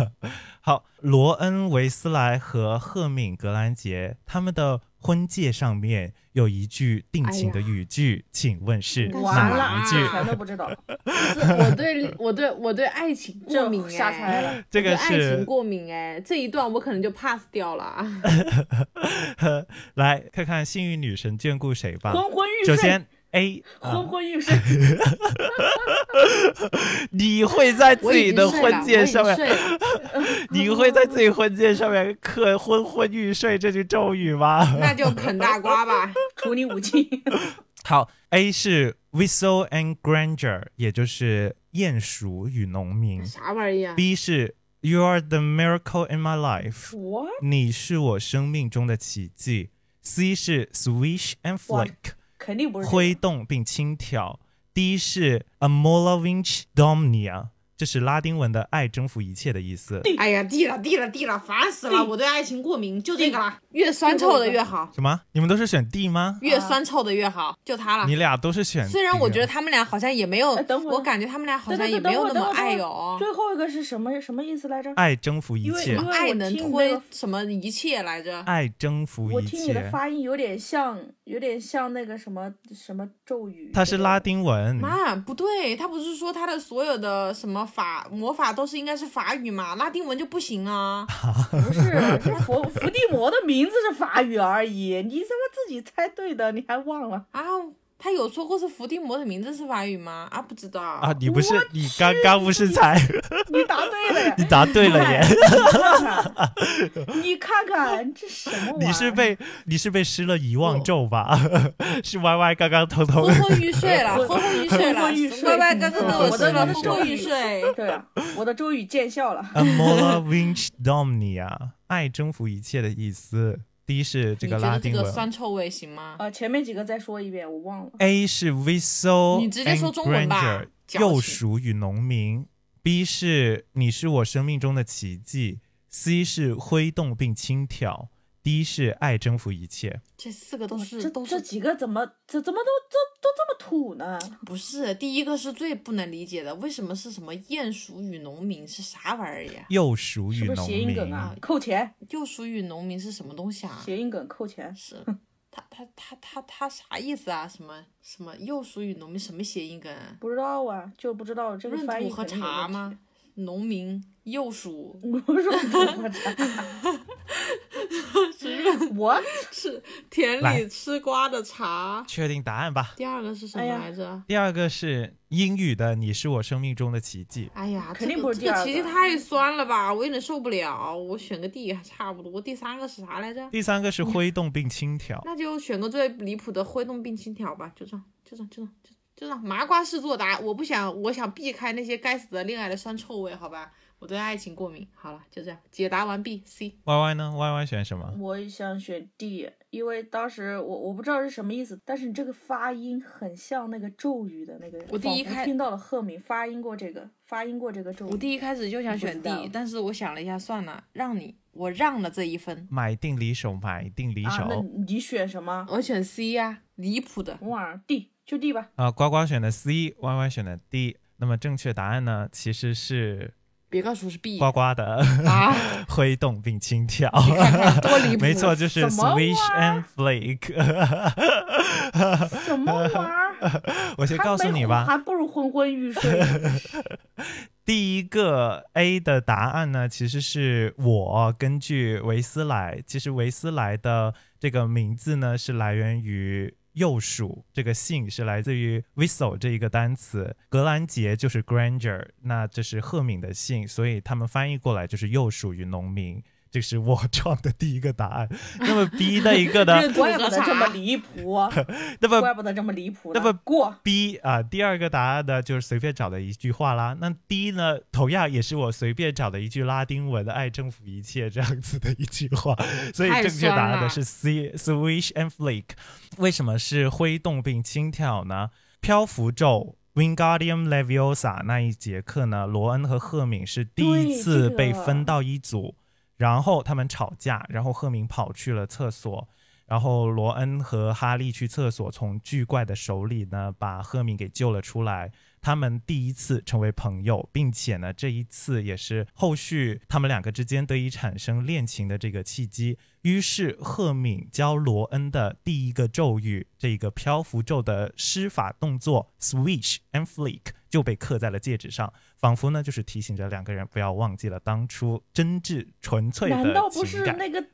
[SPEAKER 4] 好，罗恩·维斯莱和赫敏·格兰杰他们的婚戒上面有一句
[SPEAKER 3] 哎
[SPEAKER 4] 定情的语句，请问是
[SPEAKER 3] 但是
[SPEAKER 5] 完了
[SPEAKER 4] 哪
[SPEAKER 5] 啊
[SPEAKER 4] 一
[SPEAKER 3] 句
[SPEAKER 5] 全都不 知道，
[SPEAKER 3] 我对我对我对爱情过敏
[SPEAKER 5] 这瞎猜
[SPEAKER 3] 哎，
[SPEAKER 5] 了。
[SPEAKER 4] 这
[SPEAKER 3] 我
[SPEAKER 4] 个
[SPEAKER 3] 对爱情
[SPEAKER 4] 是
[SPEAKER 3] 过敏哎，这一段我可能就 pass 掉了啊。
[SPEAKER 4] 来看看幸运女神眷顾谁吧。
[SPEAKER 5] 昏昏
[SPEAKER 4] 啊
[SPEAKER 5] 欲
[SPEAKER 4] 首
[SPEAKER 5] 睡，
[SPEAKER 4] 先 A，、啊
[SPEAKER 5] 昏昏欲睡，
[SPEAKER 4] 你会在自
[SPEAKER 3] 我已
[SPEAKER 4] 己
[SPEAKER 3] 经
[SPEAKER 4] 的
[SPEAKER 3] 睡
[SPEAKER 4] 婚
[SPEAKER 3] 了
[SPEAKER 4] 戒上
[SPEAKER 3] 我已
[SPEAKER 4] 面
[SPEAKER 3] 经，睡了，
[SPEAKER 4] 你会在自己婚戒上面刻“昏昏欲睡”这句咒语吗？
[SPEAKER 3] 那就啃大瓜 吧。
[SPEAKER 5] 处理 武器。
[SPEAKER 4] 好，A 是 Whistle and Granger，也就是鼹鼠与农民
[SPEAKER 3] 啥玩意儿？
[SPEAKER 4] ；B 是 You are the miracle in my life，
[SPEAKER 5] 我
[SPEAKER 4] 你是我生命中的奇迹；C 是 Swish and
[SPEAKER 5] 哇
[SPEAKER 4] Flick，
[SPEAKER 5] 肯定不是这个
[SPEAKER 4] 挥动并轻挑。第一是 Amola Vinci Domnia，这是拉丁文的“爱征服一切”的意思。
[SPEAKER 3] 哎呀，地了地了地了，烦死了！
[SPEAKER 5] 地
[SPEAKER 3] 我对爱情过敏，就这个啦，越酸臭的越好，
[SPEAKER 4] 什么？你们都是选 D 吗？
[SPEAKER 3] 越酸臭的越好，就它了
[SPEAKER 4] 你。俩都是选 D 啊。
[SPEAKER 3] 虽然我觉得他们俩好像也没有
[SPEAKER 5] 哎等，会儿
[SPEAKER 3] 我感觉他们俩好
[SPEAKER 5] 对
[SPEAKER 3] 像
[SPEAKER 5] 对
[SPEAKER 3] 也
[SPEAKER 5] 对，
[SPEAKER 3] 没
[SPEAKER 5] 等
[SPEAKER 3] 有
[SPEAKER 5] 会儿
[SPEAKER 3] 那
[SPEAKER 5] 等
[SPEAKER 3] 么
[SPEAKER 5] 会儿等
[SPEAKER 3] 爱
[SPEAKER 5] 会儿
[SPEAKER 3] 哦。
[SPEAKER 5] 最后一个是什么什么意思来着？
[SPEAKER 4] 爱征服一
[SPEAKER 5] 因为
[SPEAKER 4] 切
[SPEAKER 5] 因为，
[SPEAKER 3] 爱
[SPEAKER 5] 我
[SPEAKER 3] 能
[SPEAKER 5] 听你那
[SPEAKER 3] 推
[SPEAKER 5] 个
[SPEAKER 3] 什么一切来着？
[SPEAKER 4] 爱征服
[SPEAKER 5] 我
[SPEAKER 4] 一
[SPEAKER 5] 听你的
[SPEAKER 4] 切，
[SPEAKER 5] 发音有点像，有点像那个什么什么咒语。
[SPEAKER 4] 它是拉丁文。
[SPEAKER 3] 妈，不对，他不是说他的所有的什么法魔法都是应该是法语嘛？拉丁文就不行啊。
[SPEAKER 5] 不是啊 是伏伏地魔的名字是法语而已，你怎么自己猜对的？你还忘了？
[SPEAKER 3] 啊，他有说过是伏地魔的名字是法语吗？啊，不知道
[SPEAKER 4] 啊，你不是你刚刚不是才
[SPEAKER 5] 你答对了呀！
[SPEAKER 4] 你答 对了耶？
[SPEAKER 5] 耶！你看看这什么玩意儿？
[SPEAKER 4] 你是被你是被施了遗忘咒吧？ 是 Y Y 刚刚偷偷
[SPEAKER 3] 昏昏欲睡了，昏昏欲睡了，
[SPEAKER 5] 昏昏欲睡
[SPEAKER 3] 歪歪刚刚跟我说了，
[SPEAKER 5] 我的
[SPEAKER 3] 昏昏欲睡。
[SPEAKER 5] 对啊，我的咒语见效了。
[SPEAKER 4] Amola Vinci Domnia，爱征服一切的意思。D 是这
[SPEAKER 3] 你
[SPEAKER 4] 个
[SPEAKER 3] 觉
[SPEAKER 4] 拉
[SPEAKER 3] 得这
[SPEAKER 4] 丁
[SPEAKER 3] 个
[SPEAKER 4] 文
[SPEAKER 3] 酸臭味行吗？
[SPEAKER 5] 啊，前面几个再说一遍，我忘了。
[SPEAKER 4] ，A 是 Whistle，
[SPEAKER 3] 你直接说中文吧
[SPEAKER 4] and
[SPEAKER 3] 矫
[SPEAKER 4] Granger，
[SPEAKER 3] 情
[SPEAKER 4] 幼鼠与农民。B 是你是我生命中的奇迹。C 是挥动并轻挑。D 是爱征服一切。
[SPEAKER 3] 这四个都是
[SPEAKER 5] 这
[SPEAKER 3] 都
[SPEAKER 5] 这
[SPEAKER 3] 是
[SPEAKER 5] 几个怎么怎怎么都这都这么土呢？
[SPEAKER 3] 不是？第一个是最不能理解的，为什么是什么鼹鼠与农民是啥玩意儿呀？
[SPEAKER 4] 幼鼠
[SPEAKER 5] 是
[SPEAKER 4] 与
[SPEAKER 5] 不是
[SPEAKER 4] 农
[SPEAKER 5] 谐
[SPEAKER 4] 民
[SPEAKER 5] 音梗啊？扣钱，
[SPEAKER 3] 鼬鼠与农民是什么东西啊？
[SPEAKER 5] 谐音梗扣钱。
[SPEAKER 3] 是他他他他他啥意思啊？什么什么鼬鼠与农民什么谐音梗啊？
[SPEAKER 5] 不知道啊，就不知道这个
[SPEAKER 3] 闰
[SPEAKER 5] 翻
[SPEAKER 3] 土
[SPEAKER 5] 译
[SPEAKER 3] 和
[SPEAKER 5] 肯定有
[SPEAKER 3] 茶
[SPEAKER 5] 问题
[SPEAKER 3] 吗？农民右属
[SPEAKER 5] 我说我
[SPEAKER 3] 是
[SPEAKER 5] 我
[SPEAKER 3] 是田
[SPEAKER 4] 来
[SPEAKER 3] 里吃瓜的茶。
[SPEAKER 4] 确定答案吧。
[SPEAKER 3] 第二个是什么
[SPEAKER 5] 哎呀
[SPEAKER 3] 来着？
[SPEAKER 4] 第二个是英语的“你是我生命中的奇迹
[SPEAKER 3] 哎呀，
[SPEAKER 5] 肯定
[SPEAKER 3] 这
[SPEAKER 5] 不
[SPEAKER 3] 个
[SPEAKER 5] 是
[SPEAKER 3] 这
[SPEAKER 5] 第二
[SPEAKER 3] 个奇迹
[SPEAKER 5] 个
[SPEAKER 3] 太酸了吧，我有点受不了。我选个 D 还差不多。第三个是啥来着”，？
[SPEAKER 4] 第三个是挥动并轻佻。
[SPEAKER 3] 那就选个最离谱的挥动并轻佻吧，就这样，就这样，就这样，就就这样。麻瓜是作答，我不想，我想避开那些该死的恋爱的酸臭味，好吧？我对爱情过敏。好了，就这样，解答完毕。C，
[SPEAKER 4] Y Y 呢？Y Y 选什么？
[SPEAKER 5] 我想选 D，因为当时我我不知道是什么意思，但是你这个发音很像那个咒语的那个，
[SPEAKER 3] 我第一
[SPEAKER 5] 仿佛
[SPEAKER 3] 开
[SPEAKER 5] 听到了赫敏发音过这个，发音过这个咒语。
[SPEAKER 3] 我第一开始就想选
[SPEAKER 5] 不知道
[SPEAKER 3] D，但是我想了一下，算了，让你，我让了这一分，
[SPEAKER 4] 买定离手，买定离
[SPEAKER 5] 啊，那
[SPEAKER 4] 手。
[SPEAKER 5] 你选什么？
[SPEAKER 3] 我选 C 呀、离谱的。
[SPEAKER 5] 哇，D 就 D 吧。
[SPEAKER 4] 啊，呱呱选的 C，Y Y 选的 D。那么正确答案呢，其实是
[SPEAKER 3] 别告诉我是 B
[SPEAKER 4] 呱呱的
[SPEAKER 3] 啊！
[SPEAKER 4] 挥动并轻 佻。
[SPEAKER 3] 看看多离谱！
[SPEAKER 4] 没错，就是
[SPEAKER 5] 什么
[SPEAKER 4] Swish
[SPEAKER 5] 玩
[SPEAKER 4] and Flake。
[SPEAKER 5] 什么玩意儿？
[SPEAKER 4] 我先
[SPEAKER 5] 还
[SPEAKER 4] 告诉
[SPEAKER 5] 没
[SPEAKER 4] 你
[SPEAKER 5] 昏
[SPEAKER 4] 吧，
[SPEAKER 5] 还不如昏昏欲 睡。
[SPEAKER 4] 第一个 A 的答案呢，其实是我根据维斯莱，其实维斯莱的这个名字呢是来源于幼鼠，这个姓是来自于 whistle 这一个单词，格兰杰就是 Granger，那这是赫敏的姓，所以他们翻译过来就是幼鼠与农民。这是我 创的第一个答案。那么 B 的一个 呢？
[SPEAKER 3] 认
[SPEAKER 5] 怪不得这么
[SPEAKER 3] 土
[SPEAKER 5] 离谱，
[SPEAKER 4] 那么
[SPEAKER 5] 怪不得这么离谱
[SPEAKER 4] 那
[SPEAKER 5] 呢。
[SPEAKER 4] 么
[SPEAKER 5] 过
[SPEAKER 4] B 啊、第二个答案呢就是随便找的一句话啦。那 D 呢，同样也是我随便找的一句拉丁文的“爱政府一切”这样子的一句话， 所以
[SPEAKER 3] 太
[SPEAKER 4] 正确答案
[SPEAKER 3] 酸
[SPEAKER 4] 的
[SPEAKER 3] 了
[SPEAKER 4] 是 C，swish and flake。为什么是挥动并轻佻呢？漂浮咒。Wingardium Leviosa 那一节课呢，罗恩和赫敏是第
[SPEAKER 5] 对
[SPEAKER 4] 一次
[SPEAKER 5] 这个
[SPEAKER 4] 被分到一组，然后他们吵架，然后赫敏跑去了厕所，然后罗恩和哈利去厕所，从巨怪的手里呢把赫敏给救了出来。他们第一次成为朋友，并且呢，这一次也是后续他们两个之间得以产生恋情的这个契机。于是，赫敏教罗恩的第一个咒语，这个漂浮咒的施法动作 “swish and flick” 就被刻在了戒指上，仿佛呢就是提醒着两个人不要忘记了当初真挚纯粹的情感。
[SPEAKER 5] 难道不是 那个？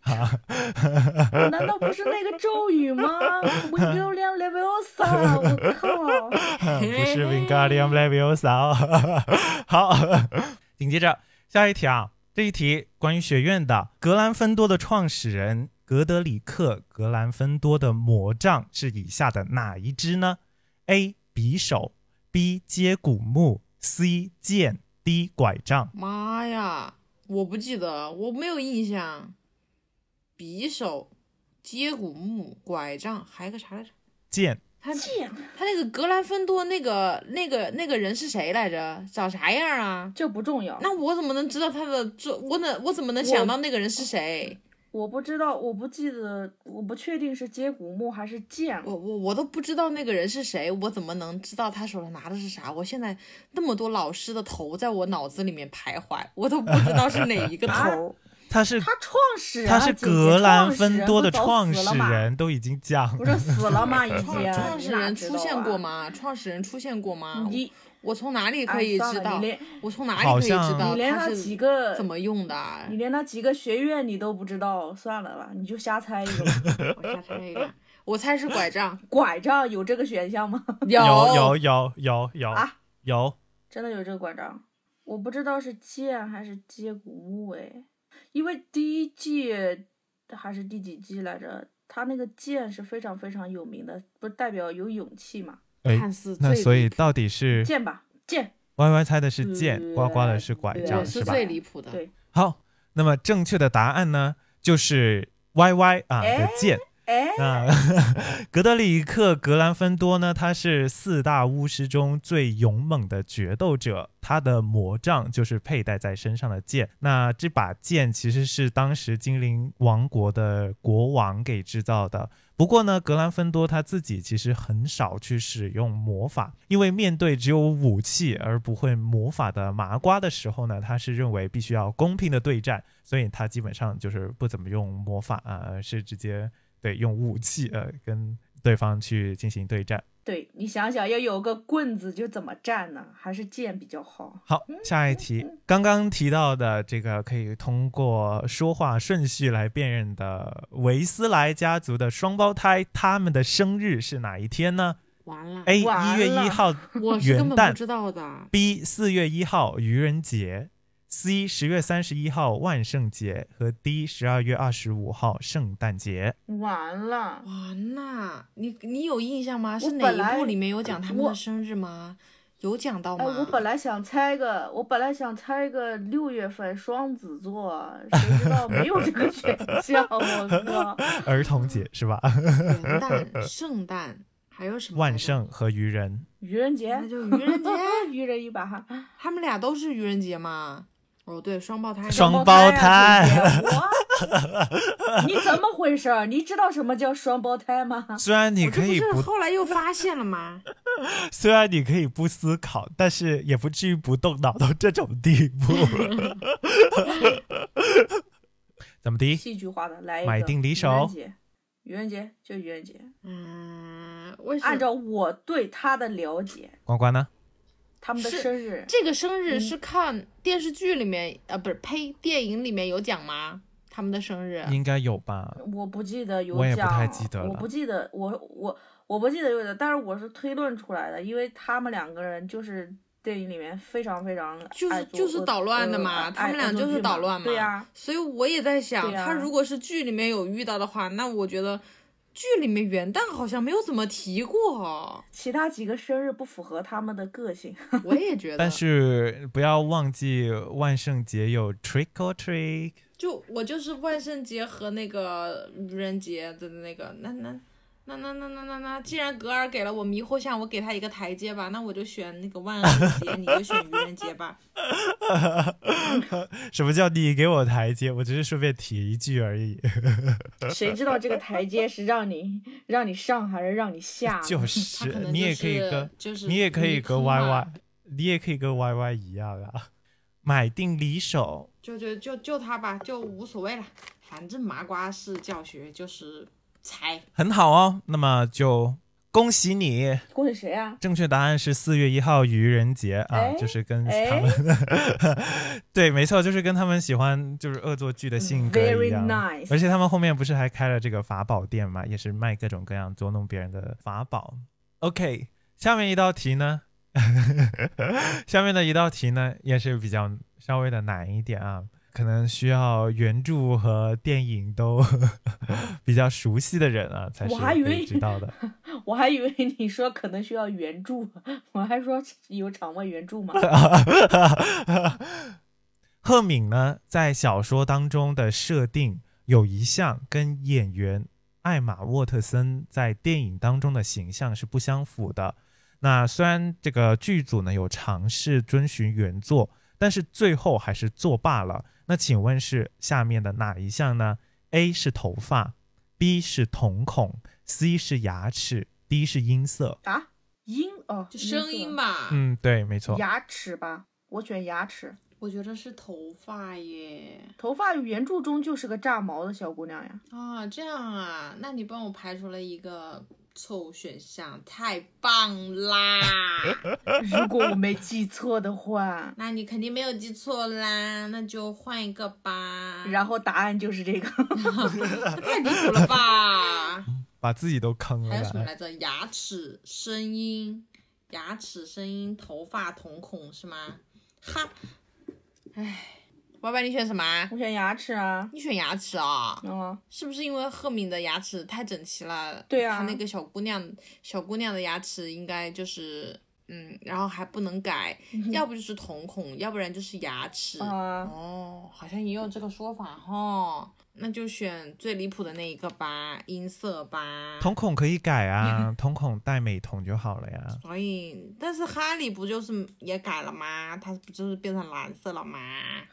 [SPEAKER 5] 难道不是那个咒语 吗 w i l l i a m Leviosa，我靠！
[SPEAKER 4] 不是 Wingardium Leviosa 哦。 好，紧接着下一题啊，这一题关于学院的格兰芬多的创始人格德里克·格兰芬多的魔杖是以下的哪一支呢？A. 匕首 B. 接骨木 C. 剑 D. 拐杖。
[SPEAKER 3] 妈呀，我不记得，我没有印象。匕首、接骨木、拐杖，还有个啥来着？
[SPEAKER 4] 剑
[SPEAKER 3] 他
[SPEAKER 5] 贱，
[SPEAKER 3] 他那个格兰芬多那个那个那个人是谁来着？长啥样啊？
[SPEAKER 5] 这不重要。
[SPEAKER 3] 那我怎么能知道他的这？我怎我怎么能想到那个人是谁？
[SPEAKER 5] 我不知道，我不记得，我不确定是接骨木还是剑
[SPEAKER 3] 我。我我都不知道那个人是谁，我怎么能知道他手上拿的是啥？我现在那么多老师的头在我脑子里面徘徊，我都不知道是哪一个 头。
[SPEAKER 4] 他是
[SPEAKER 5] 啊他创始人啊，
[SPEAKER 4] 他是
[SPEAKER 5] 姐姐
[SPEAKER 4] 格兰芬多的
[SPEAKER 5] 创
[SPEAKER 4] 创
[SPEAKER 5] 始人
[SPEAKER 4] 始人，都已经讲
[SPEAKER 5] 不是
[SPEAKER 4] 了。
[SPEAKER 5] 死 了吗？不是死了吗？已经
[SPEAKER 3] 创创始人出现过
[SPEAKER 5] 吗？
[SPEAKER 3] 吗？创始人出现过吗？
[SPEAKER 5] 啊你
[SPEAKER 3] 我从哪里可以
[SPEAKER 5] 哎
[SPEAKER 3] 知
[SPEAKER 5] 算了
[SPEAKER 3] 道
[SPEAKER 5] 你连？
[SPEAKER 3] 我从哪
[SPEAKER 4] 好
[SPEAKER 3] 里可以
[SPEAKER 4] 像
[SPEAKER 3] 知道
[SPEAKER 5] 你连
[SPEAKER 3] 他
[SPEAKER 5] 他
[SPEAKER 3] 是
[SPEAKER 5] 几个
[SPEAKER 3] 怎么用的啊？
[SPEAKER 5] 你连他几个学院你都不知道，算了吧，你就瞎猜一个吧。
[SPEAKER 3] 我瞎猜一个，我猜是拐杖。
[SPEAKER 5] 拐杖有这个选项吗？
[SPEAKER 3] 有
[SPEAKER 4] 有有有有
[SPEAKER 5] 啊
[SPEAKER 4] 有
[SPEAKER 5] 真的有这个拐杖？我不知道是剑还是接骨木哎，因为第一季还是第几季来着？他那个剑是非常非常有名的，不是代表有勇气嘛？
[SPEAKER 4] 哎
[SPEAKER 3] 看似最
[SPEAKER 4] 那所以
[SPEAKER 3] 离谱
[SPEAKER 4] 到底是
[SPEAKER 5] 剑吧，剑
[SPEAKER 4] Y Y 猜的是剑，
[SPEAKER 5] 呃
[SPEAKER 4] 呱呱的是拐
[SPEAKER 5] 对
[SPEAKER 4] 杖，
[SPEAKER 3] 我
[SPEAKER 5] 是
[SPEAKER 4] 是
[SPEAKER 3] 是
[SPEAKER 4] 吧？
[SPEAKER 3] 最离谱的。
[SPEAKER 5] 对
[SPEAKER 4] 好，那么正确的答案呢，就是 Y Y 啊
[SPEAKER 5] 哎
[SPEAKER 4] 的剑。
[SPEAKER 5] 哎，
[SPEAKER 4] 那 格德里克·格兰芬多呢？他是四大巫师中最勇猛的决斗者，他的魔杖就是佩戴在身上的剑。那这把剑其实是当时精灵王国的国王给制造的。不过呢，格兰芬多他自己其实很少去使用魔法，因为面对只有武器而不会魔法的麻瓜的时候呢，他是认为必须要公平的对战，所以他基本上就是不怎么用呃魔法啊，而是直接对，用武器呃跟对方去进行对战。
[SPEAKER 5] 对你想想，要有个棍子就怎么站呢？还是剑比较好。
[SPEAKER 4] 好，下一题，刚刚提到的这个可以通过说话顺序来辨认的维斯莱家族的双胞胎，他们的生日是哪一天呢
[SPEAKER 3] 完了，
[SPEAKER 4] ？A 哎一
[SPEAKER 5] 完
[SPEAKER 4] 月
[SPEAKER 5] 了
[SPEAKER 4] 一号
[SPEAKER 3] 我是
[SPEAKER 4] 元
[SPEAKER 3] 根本
[SPEAKER 4] 旦
[SPEAKER 3] 不知道的。
[SPEAKER 4] ，B 四月一号愚人节，C 十月三十一号万圣节和 D 十二月二十五号圣诞节。
[SPEAKER 5] 完了，
[SPEAKER 3] 完啦，你你有印象吗？是
[SPEAKER 5] 我
[SPEAKER 3] 哪
[SPEAKER 5] 本
[SPEAKER 3] 一
[SPEAKER 5] 来
[SPEAKER 3] 部里面有讲他们
[SPEAKER 5] 我
[SPEAKER 3] 的生日吗？有讲到吗？
[SPEAKER 5] 哎，我本来想猜个，我本来想猜个六月份双子座，谁知道没有这个 选项，我靠！
[SPEAKER 4] 儿童节是吧？
[SPEAKER 3] 元旦、圣诞还有什么来着？
[SPEAKER 4] 万圣和愚人，
[SPEAKER 5] 愚人节
[SPEAKER 3] 那，就愚人节，
[SPEAKER 5] 愚人一把哈，
[SPEAKER 3] 他们俩都是愚人节吗？哦，对，双胞胎。
[SPEAKER 4] 双
[SPEAKER 5] 胞
[SPEAKER 4] 胎
[SPEAKER 5] 啊姐姐我你怎么回事儿？你知道什么叫双胞胎吗？
[SPEAKER 4] 虽然你
[SPEAKER 3] 我
[SPEAKER 4] 可
[SPEAKER 3] 这不
[SPEAKER 4] 以
[SPEAKER 3] 是
[SPEAKER 4] 不，
[SPEAKER 3] 后来又发现了吗？
[SPEAKER 4] 虽然你可以不思考，但是也不至于不动脑到这种地 步。 怎么的？
[SPEAKER 5] 戏剧化的来一个
[SPEAKER 4] 买定离手
[SPEAKER 5] 愚人节，愚人节就愚人节。
[SPEAKER 3] 嗯，为什么？
[SPEAKER 5] 按照我对他的了解，
[SPEAKER 4] 呱呱呢？
[SPEAKER 5] 他们的
[SPEAKER 3] 是
[SPEAKER 5] 生日
[SPEAKER 3] 这个生
[SPEAKER 5] 嗯
[SPEAKER 3] 日是看电视剧里面，呃，不是呸，电影里面有讲吗？他们的生日
[SPEAKER 4] 应该有吧？
[SPEAKER 5] 我不记得有
[SPEAKER 4] 我也不
[SPEAKER 5] 讲，
[SPEAKER 4] 太记得
[SPEAKER 5] 我
[SPEAKER 4] 了
[SPEAKER 5] 不记得，我我我不记得有讲，但是我是推论出来的，因为他们两个人就是电影里面非常非常
[SPEAKER 3] 就是
[SPEAKER 5] 爱做
[SPEAKER 3] 就是捣乱的嘛
[SPEAKER 5] 呃
[SPEAKER 3] 他们
[SPEAKER 5] 爱
[SPEAKER 3] 俩
[SPEAKER 5] 恶作
[SPEAKER 3] 就是
[SPEAKER 5] 剧
[SPEAKER 3] 捣乱嘛
[SPEAKER 5] 对啊呀、
[SPEAKER 3] 所以我也在想，
[SPEAKER 5] 对啊。
[SPEAKER 3] 他如果是剧里面有遇到的话，那我觉得剧里面元旦好像没有怎么提 过
[SPEAKER 5] 其他几个生日不符合他们的个性，
[SPEAKER 3] 我也觉得，
[SPEAKER 4] 但是不要忘记万圣节有 trick or trick。
[SPEAKER 3] 就我就是万圣节和那个愚人节的那个，那那那那那那那那，既然格尔给了我迷惑项，我给他一个台阶吧，那我就选那个万圣节，你就选愚人节吧。
[SPEAKER 4] 什么叫你给我台阶？我只是顺便提一句而 已。
[SPEAKER 5] 谁知道这个台阶是让你让你上还是让你下呢？
[SPEAKER 4] 就
[SPEAKER 3] 他可
[SPEAKER 4] 是，
[SPEAKER 3] 能
[SPEAKER 4] 你
[SPEAKER 3] 就
[SPEAKER 4] 也可以
[SPEAKER 3] 是
[SPEAKER 4] 跟，
[SPEAKER 3] 就是
[SPEAKER 4] 你也可以
[SPEAKER 3] 迷
[SPEAKER 4] 跟
[SPEAKER 3] 宫
[SPEAKER 4] Y
[SPEAKER 3] 嘛
[SPEAKER 4] Y，你也可以跟 Y Y 一样啊。买定离手，
[SPEAKER 3] 就就就就他吧，就无所谓了，反正麻瓜式教学就是猜。
[SPEAKER 4] 很好哦。那么就恭喜你，
[SPEAKER 5] 恭喜谁啊？
[SPEAKER 4] 正确答案是四月一号愚人节啊
[SPEAKER 5] 哎，
[SPEAKER 4] 就是跟
[SPEAKER 5] 哎
[SPEAKER 4] 他
[SPEAKER 3] 哎
[SPEAKER 4] 们， 对，没错，就是跟他们喜欢就是恶作剧的性格一
[SPEAKER 5] Very
[SPEAKER 4] 样。
[SPEAKER 5] nice
[SPEAKER 4] 而且他们后面不是还开了这个法宝店嘛，也是卖各种各样捉弄别人的法宝。OK，下面一道题呢， 下面的一道题呢也是比较稍微的难一点啊，可能需要原著和电影都 比较熟悉的人啊才是
[SPEAKER 5] 我还以
[SPEAKER 4] 可以
[SPEAKER 5] 为
[SPEAKER 4] 知道的。
[SPEAKER 5] 我还以为你说可能需要援助，我还说有场外援助吗？
[SPEAKER 4] 赫敏呢，在小说当中的设定有一项跟演员艾玛沃特森在电影当中的形象是不相符的。那虽然这个剧组呢有尝试遵循原作，但是最后还是作罢了。那请问是下面的哪一项呢？A 是头发，B 是瞳孔，C 是牙齿，D 是音色。
[SPEAKER 5] 啊，音哦，
[SPEAKER 3] 就声音
[SPEAKER 5] 吧，
[SPEAKER 3] 吧，
[SPEAKER 4] 嗯，对，没错。
[SPEAKER 5] 牙齿吧，我选牙齿。
[SPEAKER 3] 我觉得是头发耶。
[SPEAKER 5] 头发原著中就是个炸毛的小姑娘 呀，
[SPEAKER 3] 啊，这样啊，那你帮我排除了一个错误选项，太棒啦！，
[SPEAKER 5] 如果我没记错的话
[SPEAKER 3] 那你肯定没有记错啦，那就换一个吧。
[SPEAKER 5] 然后答案就是 这个。
[SPEAKER 3] 太离谱了吧？
[SPEAKER 4] 把自己都坑了
[SPEAKER 3] 还有
[SPEAKER 4] 呀。
[SPEAKER 3] 什么来着？牙齿、声音、牙齿、声音、头发、瞳孔是吗？哈，哎，歪歪，你选什么啊？
[SPEAKER 5] 我选牙齿啊，
[SPEAKER 3] 你选牙齿啊、
[SPEAKER 5] 嗯，
[SPEAKER 3] 是不是因为赫敏的牙齿太整齐了？
[SPEAKER 5] 对啊
[SPEAKER 3] 她那个小姑娘，小姑娘的牙齿应该就是，嗯，然后还不能改，要不就是瞳孔，要不然就是牙齿。
[SPEAKER 5] 嗯啊
[SPEAKER 3] 哦，好像也有这个说法哈、哦。那就选最离谱的那一个吧，音色吧。
[SPEAKER 4] 瞳孔可以改啊，瞳孔戴美瞳就好了呀。
[SPEAKER 3] 所以，但是哈利不就是也改了吗？他不就是变成蓝色了吗？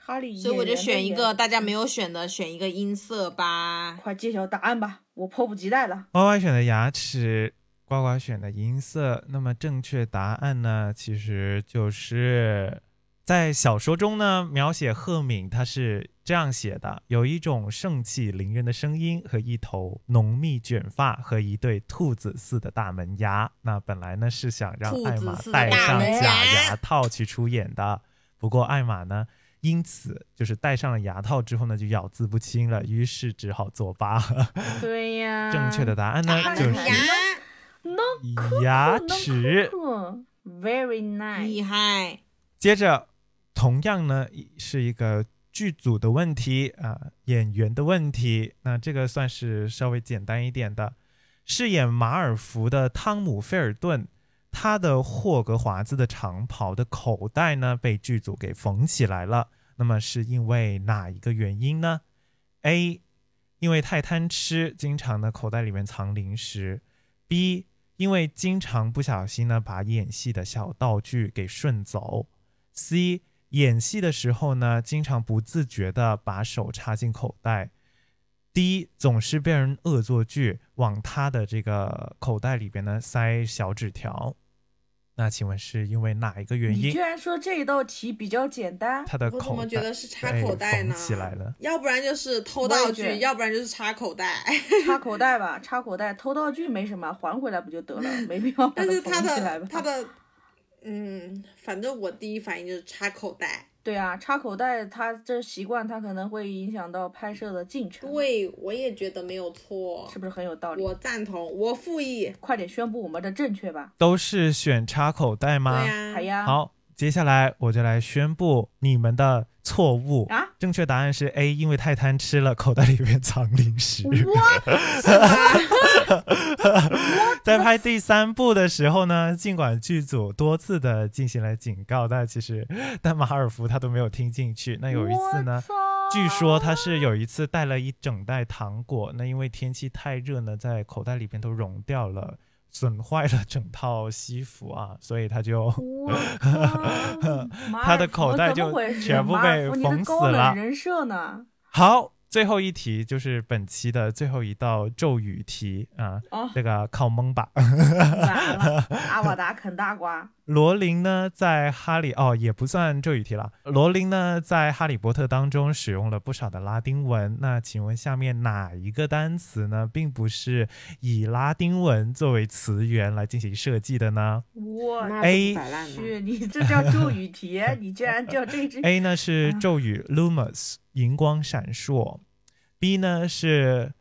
[SPEAKER 5] 哈利，
[SPEAKER 3] 所以我就选一个大家没
[SPEAKER 5] 有。
[SPEAKER 3] 有选的，选一个音色吧。
[SPEAKER 5] 快揭晓答案吧，我迫不及待了。
[SPEAKER 4] Y Y 选的牙齿，呱呱选的银色。那么正确答案呢，其实就是在小说中呢，描写赫敏她是这样写的：有一种盛气凌人的声音和一头浓密卷发和一对兔子似的大门牙。那本来呢是想让
[SPEAKER 3] 兔
[SPEAKER 4] 艾
[SPEAKER 3] 子
[SPEAKER 4] 玛
[SPEAKER 3] 似的
[SPEAKER 4] 戴
[SPEAKER 3] 大
[SPEAKER 4] 上
[SPEAKER 3] 门
[SPEAKER 4] 假
[SPEAKER 3] 牙
[SPEAKER 4] 牙套去出演的，不过艾玛呢，因此就是戴上了牙套之后呢，就咬字不清了，于是只好作罢。
[SPEAKER 5] 对呀，
[SPEAKER 4] 正确的嗯答案呢
[SPEAKER 3] 大
[SPEAKER 4] 就
[SPEAKER 3] 门
[SPEAKER 5] 就是
[SPEAKER 3] 牙，
[SPEAKER 5] no
[SPEAKER 4] 是牙齿。
[SPEAKER 5] very nice，
[SPEAKER 3] 厉害，
[SPEAKER 4] 接着，同样呢是一个剧组的问题啊、演员的问题。那这个算是稍微简单一点的。饰演马尔福的汤姆·菲尔顿，他的霍格华兹的长袍的口袋呢被剧组给缝起来了。那么是因为哪一个原因呢？A，因为太贪吃，经常呢口袋里面藏零食。B，因为经常不小心呢把演戏的小道具给顺走。C 演戏的时候呢，经常不自觉的把手插进口袋。D 总是被人恶作剧往他的这个口袋里边呢塞小纸条。那请问是因为哪一个原
[SPEAKER 5] 你
[SPEAKER 4] 因
[SPEAKER 5] 居？然说这一道题比较简单，
[SPEAKER 4] 他的
[SPEAKER 3] 我怎
[SPEAKER 4] 口
[SPEAKER 3] 么觉
[SPEAKER 4] 袋
[SPEAKER 3] 得是插
[SPEAKER 4] 被
[SPEAKER 3] 口袋
[SPEAKER 4] 缝
[SPEAKER 3] 呢？
[SPEAKER 4] 起来了。
[SPEAKER 3] 要不然就是偷
[SPEAKER 5] 我也
[SPEAKER 3] 道
[SPEAKER 5] 觉得
[SPEAKER 3] 具，要不然就是插 口袋。
[SPEAKER 5] 插口袋吧，插口袋，偷道具没什么，还回来不就得了？没必要把
[SPEAKER 3] 但
[SPEAKER 5] 它
[SPEAKER 3] 是
[SPEAKER 5] 缝
[SPEAKER 3] 他
[SPEAKER 5] 起来
[SPEAKER 3] 的
[SPEAKER 5] 吧。
[SPEAKER 3] 他的，嗯，反正我第一反应就是插口袋。
[SPEAKER 5] 对啊，插口袋，他这习惯，他可能会影响到拍摄的进程，
[SPEAKER 3] 对，我也觉得没有错
[SPEAKER 5] 是，不是很有道理？
[SPEAKER 3] 我赞同，我复议。
[SPEAKER 5] 快点宣布我们的正确吧！
[SPEAKER 4] 都是选插口袋
[SPEAKER 3] 对
[SPEAKER 4] 吗？
[SPEAKER 3] 呀、
[SPEAKER 5] 哎呀，
[SPEAKER 4] 好，接下来我就来宣布你们的错误。
[SPEAKER 5] 啊
[SPEAKER 4] 正确答案是 A，因为太贪吃了，口袋里面藏零 食。在拍第三部的时候呢，尽管剧组多次的进行了警告，但其实 但马尔福他都没有听进去。那有一次呢，
[SPEAKER 5] 我操
[SPEAKER 4] 据说他是有一次带了一整袋糖果，那因为天气太热呢，在口袋里边都融掉了，损坏了整套西服啊，所以他就
[SPEAKER 5] 我靠马尔
[SPEAKER 4] 他的
[SPEAKER 5] 福
[SPEAKER 4] 口袋
[SPEAKER 5] 怎么
[SPEAKER 4] 就
[SPEAKER 5] 回事
[SPEAKER 4] 全部
[SPEAKER 5] 马尔
[SPEAKER 4] 被
[SPEAKER 5] 福
[SPEAKER 4] 缝
[SPEAKER 5] 你
[SPEAKER 4] 死
[SPEAKER 5] 的高
[SPEAKER 4] 了
[SPEAKER 5] 冷人设呢？
[SPEAKER 4] 好。最后一题就是本期的最后一道咒语题啊，
[SPEAKER 5] 哦，
[SPEAKER 4] 这个靠蒙吧。
[SPEAKER 5] 完了，阿瓦达啃大瓜，
[SPEAKER 4] 罗琳呢，在哈利哦也不算咒语题了。罗琳呢，在《哈利波特》当中使用了不少的拉丁文。那请问下面哪一个单词呢，并不是以拉丁文作为词源来进行设计的呢
[SPEAKER 5] 我
[SPEAKER 3] 那
[SPEAKER 4] A
[SPEAKER 3] 不摆烂吗？
[SPEAKER 5] 去，你这叫咒语题，你居然叫这只
[SPEAKER 4] ？A 呢是咒语 Lumos 荧光闪烁，B 呢是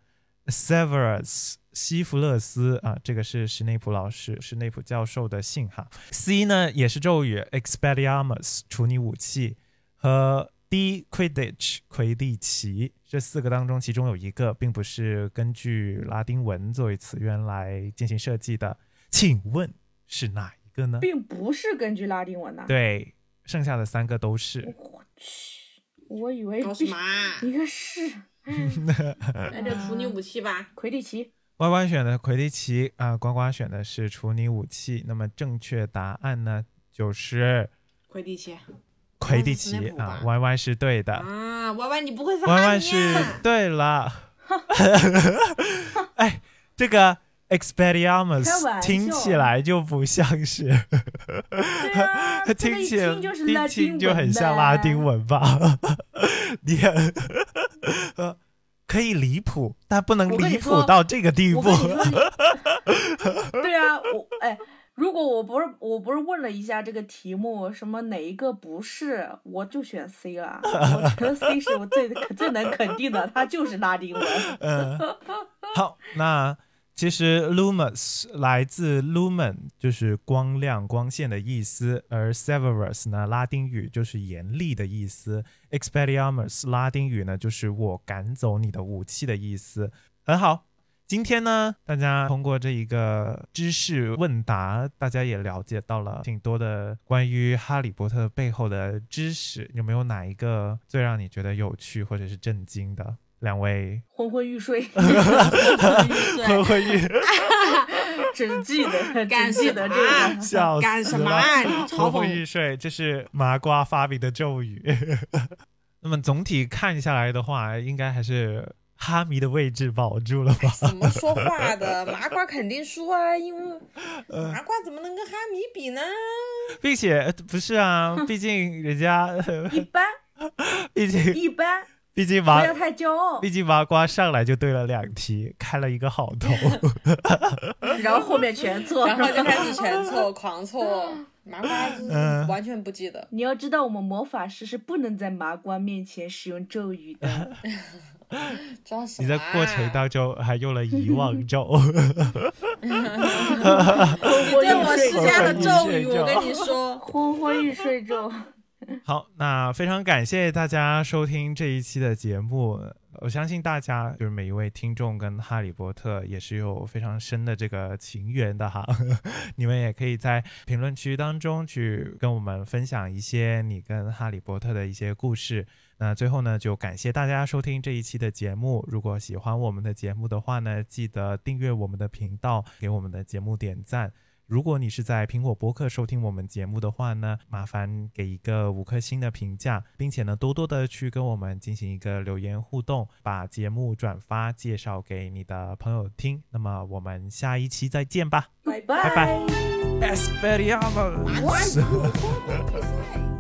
[SPEAKER 4] Severus 西弗勒斯啊，这个是史内普老师、史内普教授的信哈。C 呢也是咒语 Expelliarmus 处理武器和 D Quidditch 魁地奇这四个当中，其中有一个并不是根据拉丁文作为词源来进行设计的，请问是哪一个呢？
[SPEAKER 5] 并不是根据拉丁文呐。
[SPEAKER 4] 对，剩下的三个都是。
[SPEAKER 5] 我去，我以为
[SPEAKER 3] 搞什么啊？
[SPEAKER 5] 一个是
[SPEAKER 4] 哎
[SPEAKER 3] 那就处女武器吧。
[SPEAKER 5] 魁地 奇，
[SPEAKER 4] Y Y 选的魁地奇啊，呱呱选的是处理武器。那么正确答案呢，就是
[SPEAKER 3] 魁地奇
[SPEAKER 4] 啊魁地
[SPEAKER 3] 那
[SPEAKER 4] 奇
[SPEAKER 5] 嗯
[SPEAKER 3] 是斯内普
[SPEAKER 4] 啊
[SPEAKER 3] 吧
[SPEAKER 4] ，Y Y 是对的。
[SPEAKER 3] 啊，歪歪你啊不会是
[SPEAKER 4] 弯
[SPEAKER 3] 哈
[SPEAKER 4] 弯
[SPEAKER 3] 尼
[SPEAKER 4] 是
[SPEAKER 3] 呀？
[SPEAKER 4] 对了。 哎，这个
[SPEAKER 5] 开
[SPEAKER 4] Expelliarmus
[SPEAKER 5] 玩笑
[SPEAKER 4] 听起来就不像是，
[SPEAKER 5] 对 啊，这个
[SPEAKER 4] 听
[SPEAKER 5] 一
[SPEAKER 4] 起来
[SPEAKER 5] 听就是拉丁
[SPEAKER 4] 听
[SPEAKER 5] 文
[SPEAKER 4] 就很像拉丁
[SPEAKER 5] 呗。
[SPEAKER 4] 文吧？ 你很 呃可以离谱，但不能
[SPEAKER 5] 我跟你
[SPEAKER 4] 离谱
[SPEAKER 5] 说
[SPEAKER 4] 到这个地
[SPEAKER 5] 我
[SPEAKER 4] 步
[SPEAKER 5] 跟。你说你，对啊，我哎，如果我不是我不是问了一下这个题目什么哪一个不是，我就选 C 了。我觉得 C 是我最 最能肯定的，它就是拉丁文。
[SPEAKER 4] 嗯，好，那其实 lumos 来自 lumen，就是光亮、光线的意思，而 severus 呢，拉丁语就是严厉的意思，expelliarmus 拉丁语呢就是我赶走你的武器的意思。很好。今天呢，大家通过这一个知识问答，大家也了解到了挺多的关于《哈利波特》背后的知识。有没有哪一个最让你觉得有趣或者是震惊的？两位
[SPEAKER 5] 昏昏欲睡，
[SPEAKER 4] 昏昏欲
[SPEAKER 5] 只记得
[SPEAKER 3] 干
[SPEAKER 5] 只记
[SPEAKER 3] 什
[SPEAKER 5] 得
[SPEAKER 3] 么
[SPEAKER 5] 这个。
[SPEAKER 4] 笑死了，
[SPEAKER 3] 干什 么啊？你嘲
[SPEAKER 4] 昏昏
[SPEAKER 3] 讽
[SPEAKER 4] 欲睡，这是麻瓜发明的咒语。那么总体看下来的话，应该还是哈迷的位置保住了吧？
[SPEAKER 3] 怎么说话的？麻瓜肯定输啊，因为
[SPEAKER 4] 呃
[SPEAKER 3] 麻瓜怎么能跟哈迷比呢？
[SPEAKER 4] 并 且呃不是啊，毕竟人家，呃
[SPEAKER 5] 一般
[SPEAKER 4] 毕竟
[SPEAKER 5] 一般，
[SPEAKER 4] 毕竟
[SPEAKER 5] 不
[SPEAKER 4] 麻
[SPEAKER 5] 要太骄傲。
[SPEAKER 4] 毕竟麻瓜上来就对了两题，开了一个好 头。
[SPEAKER 5] 然后后面全错。
[SPEAKER 3] 然后就开始全错、狂错，麻瓜就是
[SPEAKER 4] 嗯
[SPEAKER 3] 完全不记得。
[SPEAKER 5] 你要知道，我们魔法师是不能在麻瓜面前使用咒语的。
[SPEAKER 3] 装什
[SPEAKER 4] 你
[SPEAKER 3] 么、
[SPEAKER 4] 在
[SPEAKER 3] 啊？
[SPEAKER 4] 过程当中还用了遗忘咒，
[SPEAKER 5] 昏昏
[SPEAKER 3] 对
[SPEAKER 5] 欲
[SPEAKER 3] 我
[SPEAKER 5] 睡
[SPEAKER 3] 施
[SPEAKER 5] 咒，
[SPEAKER 3] 加了咒 语，我跟你说。
[SPEAKER 5] 昏昏欲睡咒。
[SPEAKER 4] 好，那非常感谢大家收听这一期的节目。我相信大家就是每一位听众跟《哈利波特》也是有非常深的这个情缘的哈。 你们也可以在评论区当中去跟我们分享一些你跟《哈利波特》的一些故事。那最后呢，就感谢大家收听这一期的节目。如果喜欢我们的节目的话呢，记得订阅我们的频道，给我们的节目点赞。如果你是在苹果播客收听我们节目的话呢，麻烦给一个五颗星的评价，并且呢多多的去跟我们进行一个留言互动，把节目转发介绍给你的朋友听。那么我们下一期再见吧
[SPEAKER 5] 拜
[SPEAKER 4] 拜拜 e s p e r i a m o s